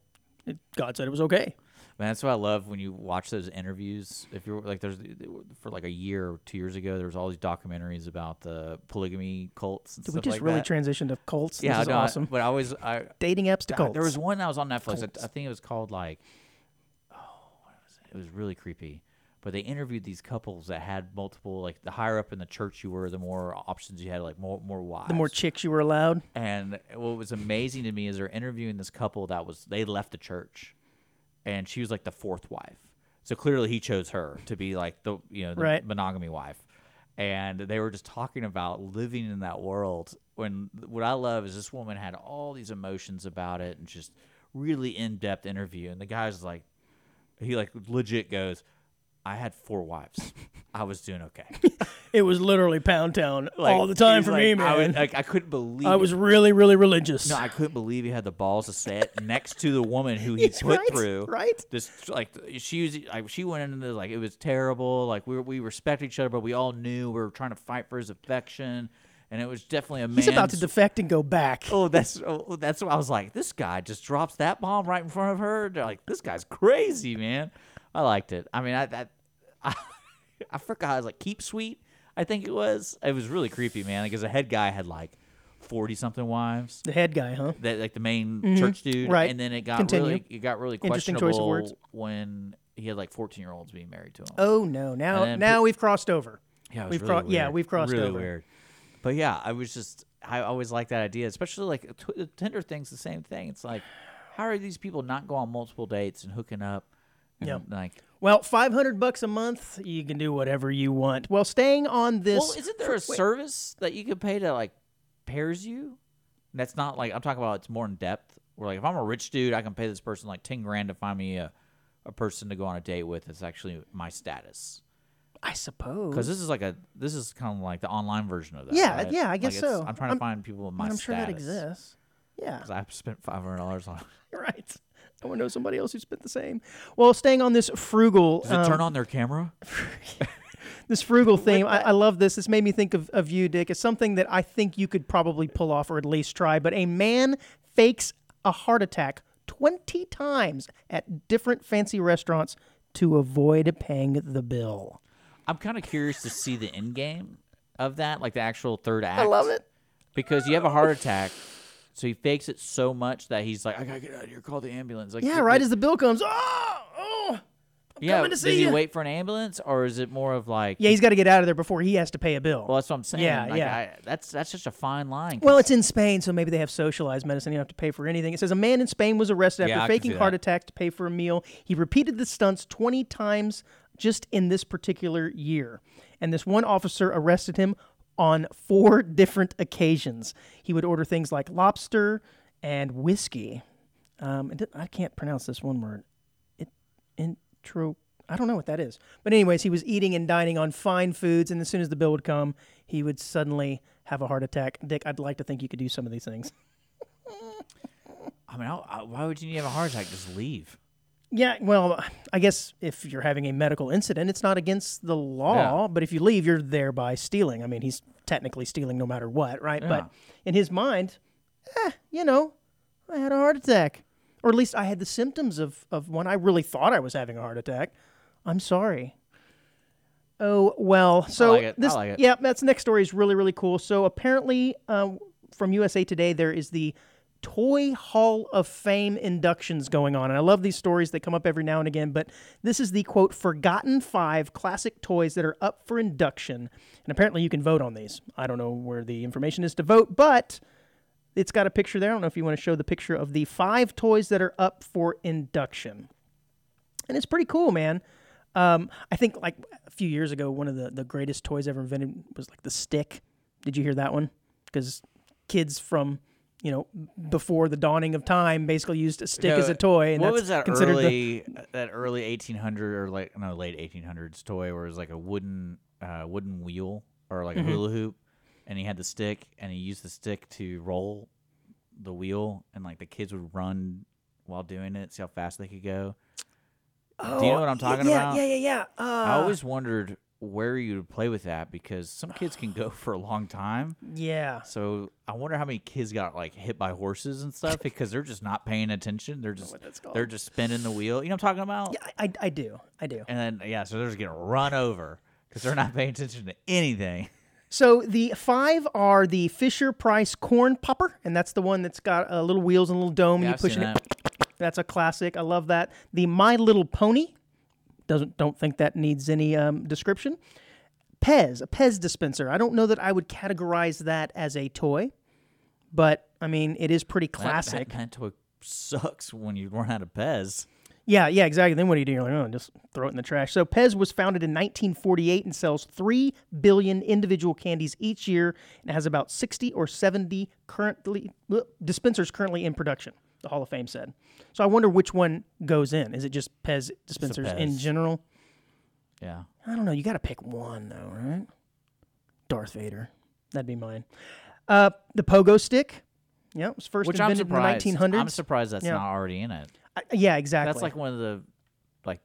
Speaker 1: It- God said it was okay.
Speaker 2: Man, that's what I love when you watch those interviews. If you're like, there's for like a year or two years ago, there was all these documentaries about the polygamy cults. And
Speaker 1: Did we
Speaker 2: stuff
Speaker 1: just
Speaker 2: like
Speaker 1: really
Speaker 2: that.
Speaker 1: transition to cults?
Speaker 2: Yeah,
Speaker 1: this is
Speaker 2: no, I-
Speaker 1: awesome.
Speaker 2: But I always, I,
Speaker 1: Dating apps to cults.
Speaker 2: there was one that was on Netflix. I, I think it was called like, oh, what was it? It was really creepy. But they interviewed these couples that had multiple, like the higher up in the church you were, the more options you had, like more more wives.
Speaker 1: the more chicks you were allowed.
Speaker 2: And what was amazing to me is they're interviewing this couple that was they left the church, and she was like the fourth wife. So clearly he chose her to be like the you know the
Speaker 1: Right.
Speaker 2: monogamy wife, and they were just talking about living in that world. When what I love is this woman had all these emotions about it and just really in depth interview, and the guy's like, he like legit goes, "I had four wives, I was doing okay."
Speaker 1: It was literally Pound Town
Speaker 2: Like,
Speaker 1: all the time
Speaker 2: he's
Speaker 1: for
Speaker 2: like,
Speaker 1: me,
Speaker 2: I was,
Speaker 1: man.
Speaker 2: like I couldn't believe
Speaker 1: I was really, really religious.
Speaker 2: No, I couldn't believe he had the balls to say it next to the woman who he
Speaker 1: Yes,
Speaker 2: put
Speaker 1: right,
Speaker 2: through.
Speaker 1: right.
Speaker 2: This like she was like she went into this, like it was terrible. Like we were, we respect each other, but we all knew we were trying to fight for his affection, and it was definitely a man.
Speaker 1: He's about to defect and go back.
Speaker 2: oh, that's oh, that's what I was like. This guy just drops that bomb right in front of her. They're like, this guy's crazy, man. I liked it. I mean, I that I, I forgot. I was like, keep sweet. I think it was. It was really creepy, man. Because the head guy had like forty something wives
Speaker 1: The head guy, huh?
Speaker 2: that like the main church dude,
Speaker 1: Mm-hmm. right.
Speaker 2: And then it got
Speaker 1: Continue.
Speaker 2: really it got really
Speaker 1: Interesting
Speaker 2: questionable
Speaker 1: choice of words.
Speaker 2: when he had like fourteen year olds being married to him.
Speaker 1: Oh no! Now,
Speaker 2: then
Speaker 1: now we've crossed over.
Speaker 2: yeah, it was
Speaker 1: we've
Speaker 2: really
Speaker 1: cro- yeah,
Speaker 2: weird.
Speaker 1: we've crossed
Speaker 2: really
Speaker 1: over.
Speaker 2: Weird. But yeah, I was just I always like that idea, especially like t- the Tinder thing's the same thing. It's like how are these people not going on multiple dates and hooking up? And
Speaker 1: Yeah.
Speaker 2: like
Speaker 1: Well, five hundred bucks a month, you can do whatever you want. Well, staying on this,
Speaker 2: well, isn't there a service that you could pay to like pairs you? And that's not like I'm talking about. It's more in depth. Where like if I'm a rich dude, I can pay this person like ten grand to find me a, a person to go on a date with. That's actually my status.
Speaker 1: I suppose.
Speaker 2: Because this is like a this is kind of like the online version of that.
Speaker 1: Yeah,
Speaker 2: right?
Speaker 1: yeah, I guess
Speaker 2: Like, it's-
Speaker 1: so.
Speaker 2: I'm trying to
Speaker 1: I'm-
Speaker 2: find people with my.
Speaker 1: I'm sure that
Speaker 2: status.
Speaker 1: exists. Yeah,
Speaker 2: 'Cause I've spent five hundred dollars on.
Speaker 1: right. I want to know somebody else who spent the same. Well, staying on this frugal,
Speaker 2: Does it
Speaker 1: um,
Speaker 2: turn on their camera?
Speaker 1: this frugal theme, I, I love this. This made me think of, of you, Dick. It's something that I think you could probably pull off or at least try. But a man fakes a heart attack 20 times at different fancy restaurants to avoid paying the bill.
Speaker 2: I'm kind of curious to see the end game of that, like the actual third act. because you have a heart attack. So he fakes it so much that he's like, I gotta get out of here, call the ambulance. Like,
Speaker 1: Yeah,
Speaker 2: th-
Speaker 1: right
Speaker 2: th-
Speaker 1: as the bill comes. Oh, oh.
Speaker 2: yeah,
Speaker 1: coming to
Speaker 2: does
Speaker 1: see
Speaker 2: he
Speaker 1: ya."
Speaker 2: wait for an ambulance, or is it more of like,
Speaker 1: Yeah, he's got to get out of there before he has to pay a bill.
Speaker 2: well, that's what I'm saying.
Speaker 1: Yeah,
Speaker 2: like,
Speaker 1: yeah.
Speaker 2: I, that's that's just a fine line. 'cause
Speaker 1: Well, it's in Spain, so maybe they have socialized medicine. You don't have to pay for anything. It says a man in Spain was arrested
Speaker 2: Yeah,
Speaker 1: after
Speaker 2: I can
Speaker 1: faking
Speaker 2: see
Speaker 1: heart
Speaker 2: that.
Speaker 1: attacks to pay for a meal. He repeated the stunts 20 times just in this particular year. And this one officer arrested him on four different occasions. He would order things like lobster and whiskey. Um, it did- I can't pronounce this one word intro. I don't know what that is. But, anyways, he was eating and dining on fine foods, and as soon as the bill would come, he would suddenly have a heart attack. Dick, I'd like to think you could do some of these things.
Speaker 2: I mean, I, I, why would you need to have a heart attack? Just leave.
Speaker 1: Yeah, well, I guess if you're having a medical incident, it's not against the law, but if you leave, you're thereby stealing. I mean, he's technically stealing no matter what, right?
Speaker 2: Yeah.
Speaker 1: But in his mind, eh, you know, I had a heart attack. Or at least I had the symptoms of, of one. I really thought I was having a heart attack. I'm sorry. Oh, well. So
Speaker 2: like it. I
Speaker 1: this
Speaker 2: like it.
Speaker 1: yeah, that's next story is really really cool. So apparently, um, from USA Today, there is the Toy Hall of Fame inductions going on, and I love these stories. They come up every now and again, but this is the quote forgotten five classic toys that are up for induction, and apparently you can vote on these. I don't know where the information is to vote, but it's got a picture there. I don't know if you want to show the picture of the five toys that are up for induction and it's pretty cool, man. Um, I think like a few years ago, one of the, the greatest toys ever invented was like the stick. Did you hear that one? Because kids from you know before the dawning of time basically used a stick as a toy, and
Speaker 2: what
Speaker 1: that's
Speaker 2: was that
Speaker 1: considered the-
Speaker 2: early uh, that early 1800 or like no late 1800s toy where it was like a wooden uh, wooden wheel or
Speaker 1: Mm-hmm.
Speaker 2: like a hula hoop, and he had the stick and he used the stick to roll the wheel, and like the kids would run while doing it, see how fast they could go. Do you know what I'm talking
Speaker 1: Oh, yeah,
Speaker 2: about?
Speaker 1: Yeah, yeah, yeah. Uh,
Speaker 2: I always wondered where you would play with that because some kids can go for a long time.
Speaker 1: yeah.
Speaker 2: So I wonder how many kids got like hit by horses and stuff because they're just not paying attention. They're just
Speaker 1: that's called.
Speaker 2: they're just spinning the wheel. You know what I'm talking about?
Speaker 1: Yeah, I, I, I do, I do.
Speaker 2: And then yeah, so they're just getting run over because they're not paying attention to anything.
Speaker 1: So the five are the Fisher Price corn popper, and that's the one that's got uh, little wheels and a little dome. you
Speaker 2: I've seen
Speaker 1: push it.
Speaker 2: that.
Speaker 1: That's a classic. I love that. The My Little Pony doesn't don't think that needs any um, description. Pez, a Pez dispenser. I don't know that I would categorize that as a toy, but I mean it is pretty
Speaker 2: That-
Speaker 1: classic.
Speaker 2: That, that toy sucks when you run out of Pez.
Speaker 1: Yeah, yeah, exactly. Then what do you do? You're like, oh, just throw it in the trash. So Pez was founded in 1948 and sells 3 billion individual candies each year and has about 60 or 70 currently bleh, dispensers currently in production, the Hall of Fame said. So I wonder which one goes in. Is it just Pez dispensers in
Speaker 2: Pez.
Speaker 1: general?
Speaker 2: Yeah.
Speaker 1: I don't know. You got to pick one though, right? Darth Vader. That'd be mine. Uh, the pogo stick. Yeah, it was first
Speaker 2: Which I'm
Speaker 1: invented
Speaker 2: surprised.
Speaker 1: in the 1900s.
Speaker 2: I'm surprised that's
Speaker 1: Yeah.
Speaker 2: not already in it.
Speaker 1: I- yeah, exactly.
Speaker 2: That's like one of the like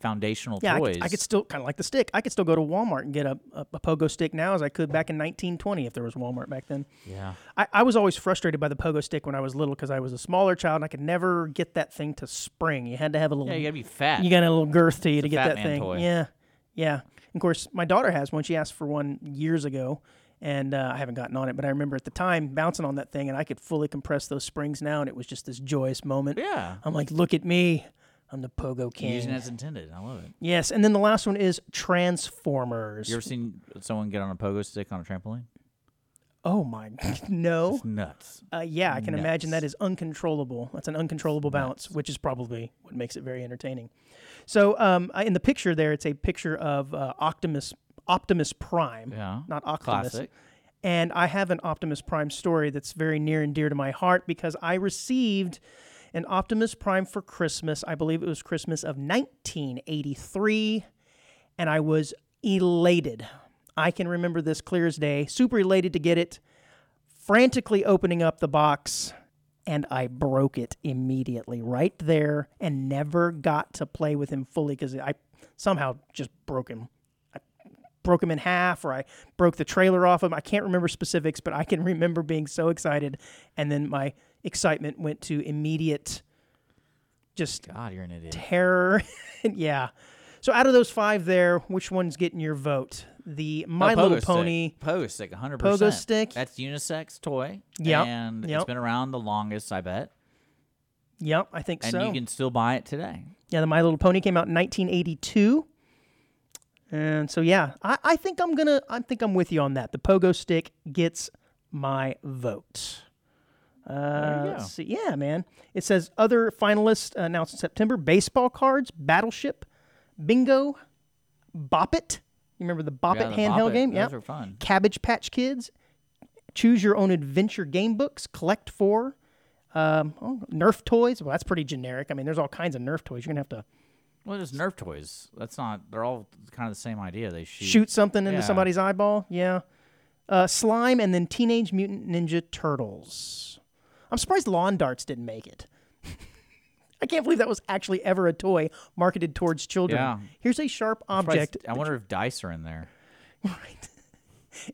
Speaker 2: foundational
Speaker 1: Yeah, I
Speaker 2: toys.
Speaker 1: could, I could still kind of like the stick. I could still go to Walmart and get a, a, a pogo stick now as I could back in 1920 if there was Walmart back then.
Speaker 2: yeah.
Speaker 1: I, I was always frustrated by the pogo stick when I was little because I was a smaller child and I could never get that thing to spring. You had to have a little
Speaker 2: Yeah, you gotta be fat.
Speaker 1: you got a little girth to you to get
Speaker 2: Fat
Speaker 1: that
Speaker 2: Man
Speaker 1: thing.
Speaker 2: toy.
Speaker 1: Yeah, yeah. Of course, my daughter has one. She asked for one years ago, and uh, I haven't gotten on it. But I remember at the time bouncing on that thing, and I could fully compress those springs now, and it was just this joyous moment.
Speaker 2: yeah.
Speaker 1: I'm like, look at me, I'm the pogo king.
Speaker 2: Using it as intended. I love it.
Speaker 1: Yes, and then the last one is Transformers.
Speaker 2: You ever seen someone get on a pogo stick on a trampoline?
Speaker 1: oh my no.
Speaker 2: It's nuts.
Speaker 1: Uh, yeah, I can imagine
Speaker 2: Nuts.
Speaker 1: that is uncontrollable. That's an uncontrollable balance, which is probably what makes it very entertaining. So, um, I- in the picture there, it's a picture of uh, Optimus Optimus Prime,
Speaker 2: Yeah.
Speaker 1: not Optimus.
Speaker 2: Classic.
Speaker 1: And I have an Optimus Prime story that's very near and dear to my heart because I received an Optimus Prime for Christmas. I believe it was Christmas of 1983, and I was elated. I can remember this clear as day. Super elated to get it frantically opening up the box and I broke it immediately right there and never got to play with him fully because I somehow just broke him. I broke him in half or I broke the trailer off him. I can't remember specifics, but I can remember being so excited. And then my excitement went to immediate just
Speaker 2: God, you're an idiot.
Speaker 1: terror. yeah. So out of those five there, which one's getting your vote? The
Speaker 2: No,
Speaker 1: My
Speaker 2: pogo
Speaker 1: Little
Speaker 2: stick.
Speaker 1: Pony.
Speaker 2: Pogo stick, 100%.
Speaker 1: Pogo stick.
Speaker 2: That's unisex toy.
Speaker 1: Yep,
Speaker 2: And
Speaker 1: yep.
Speaker 2: it's been around the longest, I bet.
Speaker 1: Yep, I think
Speaker 2: And
Speaker 1: so.
Speaker 2: you can still buy it today.
Speaker 1: Yeah, the My Little Pony came out in 1982. And so yeah, I, I think I'm gonna I think I'm with you on that. The pogo stick gets my vote. Uh,
Speaker 2: you
Speaker 1: let's
Speaker 2: go.
Speaker 1: see. Yeah, man. It says other finalists announced in September: baseball cards, Battleship, Bingo, Bop It. You remember the Bop
Speaker 2: Yeah,
Speaker 1: It
Speaker 2: the
Speaker 1: handheld
Speaker 2: Bop It.
Speaker 1: game?
Speaker 2: Those
Speaker 1: yeah.
Speaker 2: are fun.
Speaker 1: Cabbage Patch Kids, Choose Your Own Adventure game books, Collect Four, um, oh, Nerf toys. Well, that's pretty generic. I mean, there's all kinds of Nerf toys. You're gonna have to
Speaker 2: Well, there's Nerf toys. That's not. They're all kind of the same idea. They shoot.
Speaker 1: shoot something into
Speaker 2: Yeah.
Speaker 1: somebody's eyeball. Yeah. Uh, slime and then Teenage Mutant Ninja Turtles. I'm surprised lawn darts didn't make it. I can't believe that was actually ever a toy marketed towards children.
Speaker 2: Yeah.
Speaker 1: Here's a sharp
Speaker 2: Surprised-
Speaker 1: object
Speaker 2: I wonder if dice are in there.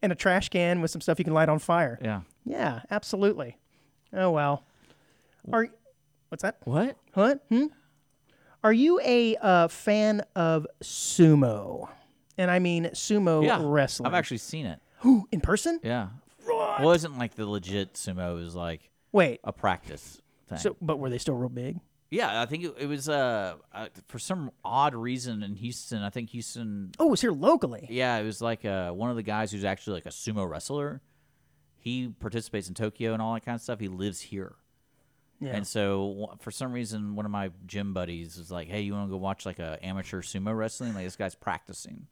Speaker 1: and a trash can with some stuff you can light on fire.
Speaker 2: Yeah.
Speaker 1: Yeah, absolutely. Oh well. Are what's that?
Speaker 2: What?
Speaker 1: What? Hmm? Are you a uh, fan of sumo? And I mean sumo
Speaker 2: Yeah.
Speaker 1: wrestling.
Speaker 2: I've actually seen it.
Speaker 1: Ooh, in person?
Speaker 2: Yeah. Well, it wasn't like the legit sumo. It was like
Speaker 1: Wait.
Speaker 2: a practice thing.
Speaker 1: So, but were they still real big?
Speaker 2: yeah, I think it, it was uh, uh for some odd reason in Houston. I think Houston.
Speaker 1: Oh, it was here locally.
Speaker 2: Yeah, it was like uh, one of the guys who's actually like a sumo wrestler. He participates in Tokyo and all that kind of stuff. He lives here.
Speaker 1: Yeah.
Speaker 2: And so, w- for some reason, one of my gym buddies was like, "Hey, you want to go watch like a amateur sumo wrestling? Like this guy's practicing."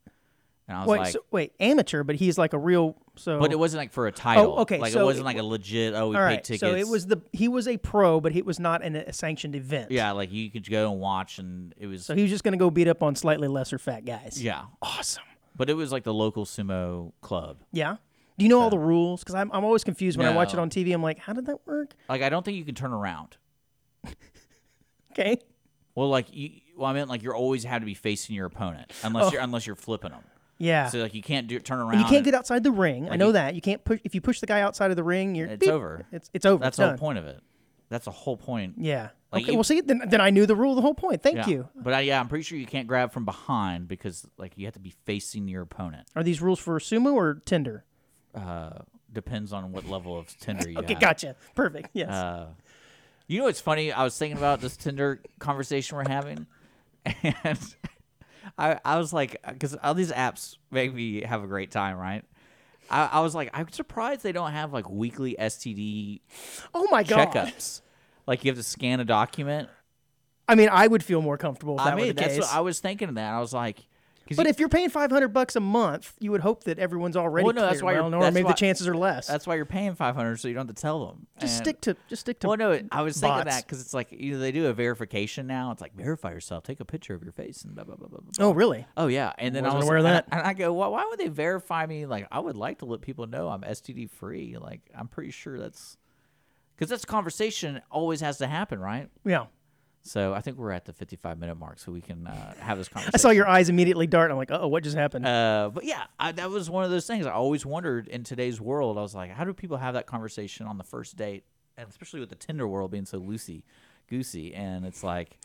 Speaker 2: And I was
Speaker 1: Wait,
Speaker 2: like,
Speaker 1: so, wait, amateur, but he's like a real. So,
Speaker 2: "But it wasn't like for a title.
Speaker 1: Oh, okay,
Speaker 2: Like
Speaker 1: so
Speaker 2: it wasn't
Speaker 1: it
Speaker 2: like a legit. Oh, we
Speaker 1: all
Speaker 2: paid
Speaker 1: right.
Speaker 2: tickets.
Speaker 1: So it was the he was a pro, but it was not an, a sanctioned event.
Speaker 2: Yeah, like you could go and watch, and it was
Speaker 1: So he was just gonna go beat up on slightly lesser fat guys.
Speaker 2: yeah,
Speaker 1: Awesome.
Speaker 2: but it was like the local sumo club.
Speaker 1: Yeah. Do you know all the rules? Because I'm, I'm always confused when I watch it
Speaker 2: No.
Speaker 1: on TV. I'm like, how did that work?
Speaker 2: Like I don't think you can turn around.
Speaker 1: Okay.
Speaker 2: Well, like you, well, I meant like you're always have to be facing your opponent unless you're unless you're flipping them.
Speaker 1: Yeah.
Speaker 2: So like you can't do turn around.
Speaker 1: and Oh. you can't
Speaker 2: and-
Speaker 1: get outside the ring. I know that. You can't push if you push the guy outside of the ring. You're
Speaker 2: It's
Speaker 1: beep.
Speaker 2: over.
Speaker 1: It's it's over.
Speaker 2: That's
Speaker 1: it's
Speaker 2: the whole
Speaker 1: done.
Speaker 2: point of it. That's the whole point.
Speaker 1: Yeah.
Speaker 2: Like,
Speaker 1: okay.
Speaker 2: you-
Speaker 1: well, see, then, then I knew the rule. The whole point. Thank
Speaker 2: Yeah.
Speaker 1: you.
Speaker 2: But I, yeah, I'm pretty sure you can't grab from behind because like you have to be facing your opponent.
Speaker 1: Are these rules for sumo or Tinder?
Speaker 2: Uh, depends on what level of Tinder you
Speaker 1: Okay,
Speaker 2: have.
Speaker 1: gotcha. Perfect. Yes.
Speaker 2: Uh, You know what's funny? I was thinking about this Tinder conversation we're having, and I I was like, because all these apps make me have a great time, right? I, I was like, I'm surprised they don't have like weekly STD
Speaker 1: oh my god.
Speaker 2: checkups. Like you have to scan a document.
Speaker 1: I mean, I would feel more comfortable if that
Speaker 2: I
Speaker 1: were
Speaker 2: mean,
Speaker 1: the
Speaker 2: that's
Speaker 1: case.
Speaker 2: what I was thinking of that. I was like, 'cause
Speaker 1: but
Speaker 2: you-
Speaker 1: if you're paying 500 bucks a month, you would hope that everyone's already
Speaker 2: Well, no, that's
Speaker 1: cleared
Speaker 2: why you're-
Speaker 1: well, or
Speaker 2: that's
Speaker 1: maybe
Speaker 2: why-
Speaker 1: the chances are less.
Speaker 2: that's why you're paying five hundred, so you don't have to tell them.
Speaker 1: just
Speaker 2: And-
Speaker 1: stick to just stick to
Speaker 2: Well, no, it- I was thinking
Speaker 1: bots.
Speaker 2: that because it's like you know they do a verification now. It's like verify yourself, take a picture of your face, and blah blah blah blah. blah.
Speaker 1: Oh, really?
Speaker 2: Oh yeah, and then I
Speaker 1: Wasn't
Speaker 2: was
Speaker 1: aware of
Speaker 2: and I-
Speaker 1: that.
Speaker 2: and I go, well, why would they verify me? Like, I would like to let people know I'm STD free. Like, I'm pretty sure that's because that's conversation always has to happen, right?
Speaker 1: Yeah.
Speaker 2: So I think we're at the 55 minute mark, so we can uh, have this conversation.
Speaker 1: I saw your eyes immediately dart. I'm like, oh, what just happened?
Speaker 2: Uh, but yeah, I, that was one of those things I always wondered in today's world. I was like, how do people have that conversation on the first date, and especially with the Tinder world being so loosey goosey? And it's like,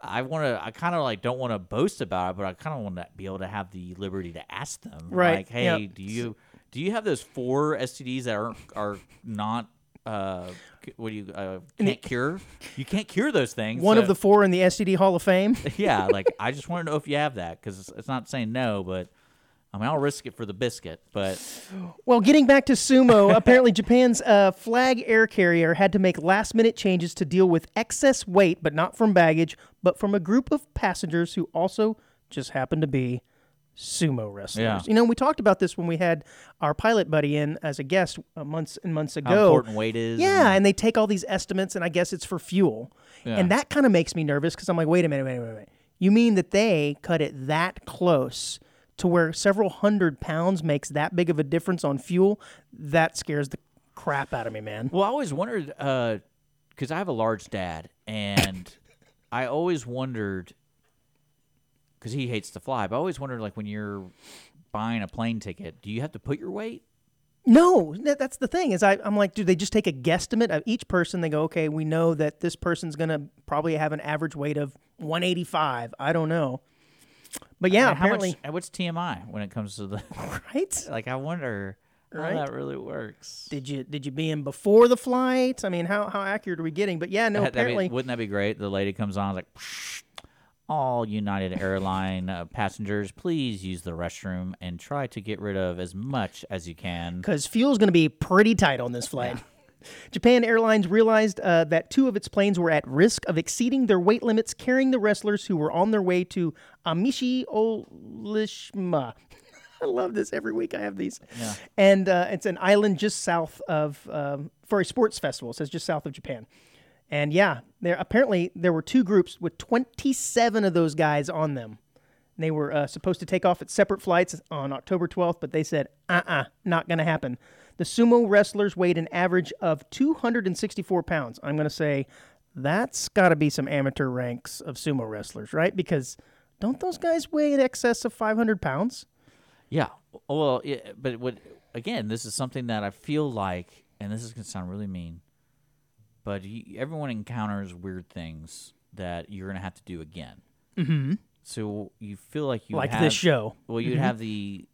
Speaker 2: I want to, I kind of like don't want to boast about it, but I kind of want to be able to have the liberty to ask them,
Speaker 1: Right,
Speaker 2: Like, hey,
Speaker 1: yeah.
Speaker 2: do you do you have those four STDs that are are not uh, c- what do you uh, can't cure? You can't cure those things.
Speaker 1: One
Speaker 2: so-
Speaker 1: of the four in the STD Hall of Fame.
Speaker 2: yeah, like I just want to know if you have that because it's, it's not saying no, but I mean I'll risk it for the biscuit. But
Speaker 1: Well, getting back to sumo, apparently Japan's uh, flag air carrier had to make last minute changes to deal with excess weight, but not from baggage, but from a group of passengers who also just happened to be sumo wrestlers.
Speaker 2: Yeah.
Speaker 1: You know, we talked about this when we had our pilot buddy in as a guest uh, months and months ago.
Speaker 2: how important weight is?
Speaker 1: Yeah, and they take all these estimates, and I guess it's for fuel. And that kind of makes me nervous because I'm like, wait a minute, wait a minute, wait a minute. You mean that they cut it that close to where several hundred pounds makes that big of a difference on fuel? That scares the crap out of me, man.
Speaker 2: Well, I always wondered because I have a large dad, and I always wondered because he hates to fly. But I always wondered like when you're buying a plane ticket, do you have to put your weight?
Speaker 1: No, that- that's the thing is I, I'm like, do they just take a guesstimate of each person? They go, okay, we know that this person's gonna probably have an average weight of 185. I don't know, but yeah,
Speaker 2: Like, how much-
Speaker 1: apparently,
Speaker 2: what's TMI when it comes to the?
Speaker 1: right?
Speaker 2: like I wonder
Speaker 1: Right.
Speaker 2: how that really works.
Speaker 1: Did you did you be in before the flight? I mean, how how accurate are we getting? But yeah, no,
Speaker 2: That'd be-
Speaker 1: Oh, apparently
Speaker 2: wouldn't that be great? The lady comes on, like, "Psh, all United Airline uh, passengers, please use the restroom and try to get rid of as much as you can.
Speaker 1: because fuel's going to be pretty tight on this flight. Japan Airlines realized uh, that two of its planes were at risk of exceeding their weight limits, carrying the wrestlers who were on their way to Amishi Olishima. I love this every week. I have these, and uh, it's an island just south of um, for a sports festival. It says just south of Japan, and yeah, there apparently there were two groups with twenty-seven of those guys on them. They were uh, supposed to take off at separate flights on October 12th, but they said, uh uh not going to happen. The sumo wrestlers weighed an average of 264 pounds. I'm going to say that's got to be some amateur ranks of sumo wrestlers, right? Because don't those guys weigh in excess of 500 pounds?
Speaker 2: Yeah. Oh, Well, yeah, but what, again, this is something that I feel like, and this is going to sound really mean, but you, everyone encounters weird things that you're going to have to do again. Mm-hmm. So you feel like you
Speaker 1: Like
Speaker 2: have,
Speaker 1: this show.
Speaker 2: Well, you'd have the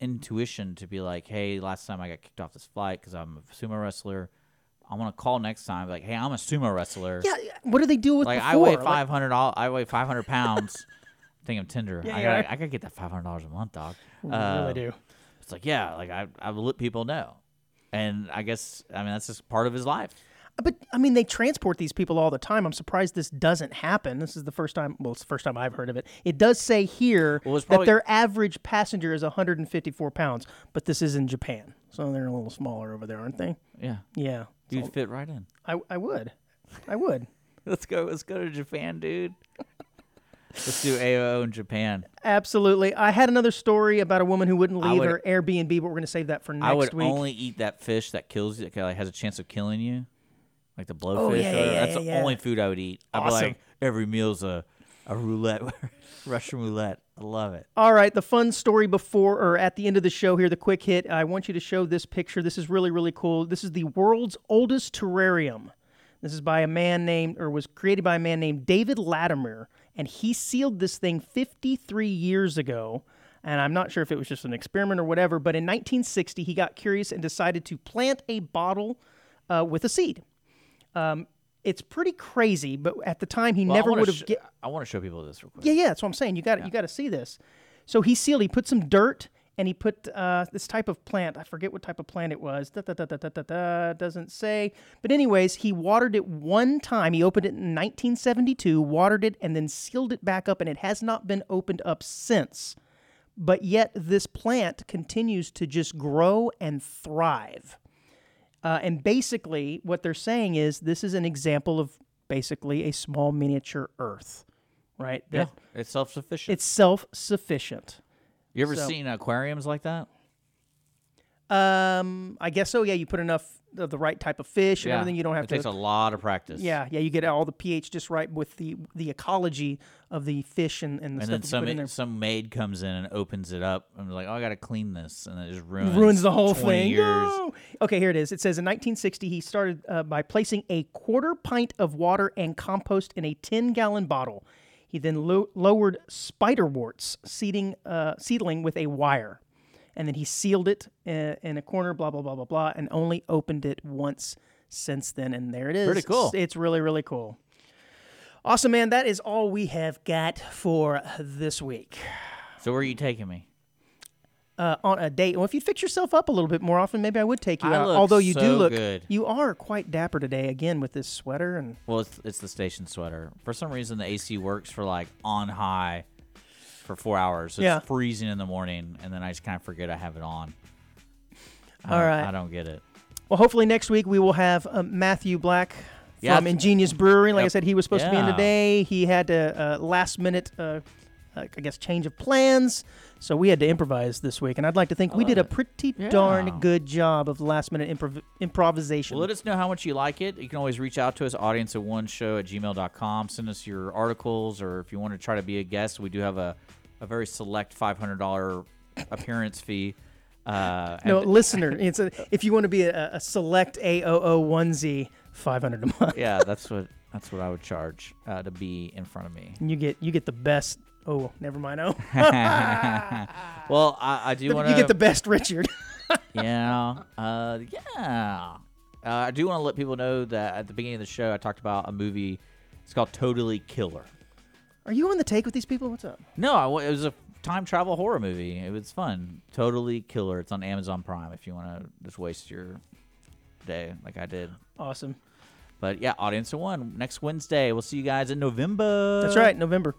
Speaker 2: intuition to be like, "Hey, last time I got kicked off this flight because I'm a sumo wrestler. I want to call next time. Like, hey, I'm a sumo wrestler.
Speaker 1: Yeah, what do they do with
Speaker 2: like
Speaker 1: before?
Speaker 2: I weigh
Speaker 1: Like,
Speaker 2: five hundred. I weigh five hundred pounds. Think I'm tender. I
Speaker 1: yeah.
Speaker 2: gotta, I gotta get that five hundred dollars a month, dog.
Speaker 1: I
Speaker 2: Uh,
Speaker 1: really do.
Speaker 2: It's like, yeah, like I, I've let people know, and I guess, I mean, that's just part of his life.
Speaker 1: But I mean, they transport these people all the time. I'm surprised this doesn't happen. This is the first time. Well, it's the first time I've heard of it. It does say here
Speaker 2: Well, it's
Speaker 1: that
Speaker 2: probably-
Speaker 1: their average passenger is 154 pounds, but this is in Japan, so they're a little smaller over there, aren't they?
Speaker 2: Yeah,
Speaker 1: Yeah,
Speaker 2: dude, fit right in.
Speaker 1: I, I would, I would.
Speaker 2: Let's go. Let's go to Japan, dude. let's do AOO in Japan.
Speaker 1: Absolutely. I had another story about a woman who wouldn't
Speaker 2: I
Speaker 1: leave
Speaker 2: would-
Speaker 1: her Airbnb, but we're going to save that for next
Speaker 2: I would
Speaker 1: week.
Speaker 2: only eat that fish that kills you, that like, has a chance of killing you, like the blowfish.
Speaker 1: Oh, yeah,
Speaker 2: or-
Speaker 1: yeah,
Speaker 2: that's the
Speaker 1: yeah,
Speaker 2: only food I would eat. I'd
Speaker 1: Awesome.
Speaker 2: be like, every meal's a, a roulette, Russian roulette. I love it.
Speaker 1: All right, the fun story before or at the end of the show here, the quick hit. I want you to show this picture. This is really, really cool. This is the world's oldest terrarium. This is by a man named, or was created by a man named David Latimer, and he sealed this thing 53 years ago. And I'm not sure if it was just an experiment or whatever, but in 1960, he got curious and decided to plant a bottle uh, with a seed. Um, it's pretty crazy, but at the time, he
Speaker 2: Well, I
Speaker 1: never
Speaker 2: wanna
Speaker 1: would have.
Speaker 2: sh- I want to show people this real quick.
Speaker 1: Yeah, yeah, that's what I'm saying. You got to you got to see this. So he sealed. He put some dirt and he put uh, this type of plant. I forget what type of plant it was. Da, da, da, da, da, da, da, doesn't say. But anyways, he watered it one time. He opened it in 1972, watered it, and then sealed it back up, and it has not been opened up since. But yet, this plant continues to just grow and thrive. Uh, and basically, what they're saying is this is an example of basically a small miniature Earth, right? That-
Speaker 2: It's self sufficient.
Speaker 1: It's self sufficient.
Speaker 2: You ever
Speaker 1: so-
Speaker 2: seen aquariums like that?
Speaker 1: Um, I guess so. Yeah, you put enough of the right type of fish and everything. You don't have
Speaker 2: it
Speaker 1: to.
Speaker 2: takes a lot of practice.
Speaker 1: yeah, yeah, you get all the pH just right with the the ecology of the fish and, and the
Speaker 2: And
Speaker 1: stuff
Speaker 2: then
Speaker 1: you put
Speaker 2: some e
Speaker 1: in there.
Speaker 2: some maid comes in and opens it up and is like, "Oh, I gotta clean this," and it just ruins
Speaker 1: ruins the whole
Speaker 2: 20
Speaker 1: thing.
Speaker 2: Years.
Speaker 1: No! Okay, here it is. It says in 1960 he started uh, by placing a quarter pint of water and compost in a 10 gallon bottle. He then lo- lowered spiderworts seeding uh, seedling with a wire, and then he sealed it uh, in a corner. Blah blah blah blah blah, and only opened it once since then. And there it is.
Speaker 2: Pretty cool.
Speaker 1: It's, it's really really cool. Awesome, man. That is all we have got for this week.
Speaker 2: So where are you taking me?
Speaker 1: uh, on a date. Well, if you'd fix yourself up a little bit more often, maybe I would take you
Speaker 2: I
Speaker 1: out.
Speaker 2: look
Speaker 1: Although you do
Speaker 2: so
Speaker 1: look,
Speaker 2: good.
Speaker 1: you are quite dapper today again with this sweater and
Speaker 2: Well, it's, it's the station sweater. For some reason, the AC works for like on high for four hours. It's
Speaker 1: Yeah.
Speaker 2: freezing in the morning, and then I just kind of forget I have it on. I
Speaker 1: All
Speaker 2: don't-
Speaker 1: right.
Speaker 2: I don't get it.
Speaker 1: well, hopefully next week we will have uh, Matthew Black.
Speaker 2: Yeah.
Speaker 1: From Ingenious Brewery, like I
Speaker 2: Yep.
Speaker 1: said, he was supposed to be in
Speaker 2: Yeah.
Speaker 1: today. He had a uh, last minute, uh, uh, I guess, change of plans, so we had to improvise this week. And I'd like to think we did a pretty darn
Speaker 2: Yeah.
Speaker 1: good job of last minute improv- improvisation.
Speaker 2: Well, let us know how much you like it. You can always reach out to us, audience at one show at gmail.com. Send us your articles, or if you want to try to be a guest, we do have a, a very select $500 appearance fee. Uh,
Speaker 1: no,
Speaker 2: and-
Speaker 1: listener, it's a, if you want to be a, a select AOO1Z, 500 a month.
Speaker 2: yeah, that's what that's what I would charge uh, to be in front of me.
Speaker 1: And you get you get the best. Oh, never mind. Oh,
Speaker 2: Well, I, I do want to.
Speaker 1: you get the best Richard.
Speaker 2: yeah. Uh, yeah. Uh, I do want to let people know that at the beginning of the show, I talked about a movie. It's called Totally Killer.
Speaker 1: Are you on the take with these people? What's up?
Speaker 2: No, I wa- it was a time travel horror movie. It was fun. Totally Killer. It's on Amazon Prime if you want to just waste your day like I did.
Speaker 1: Awesome.
Speaker 2: But yeah, audience of one next Wednesday. We'll see you guys in November.
Speaker 1: That's right. November.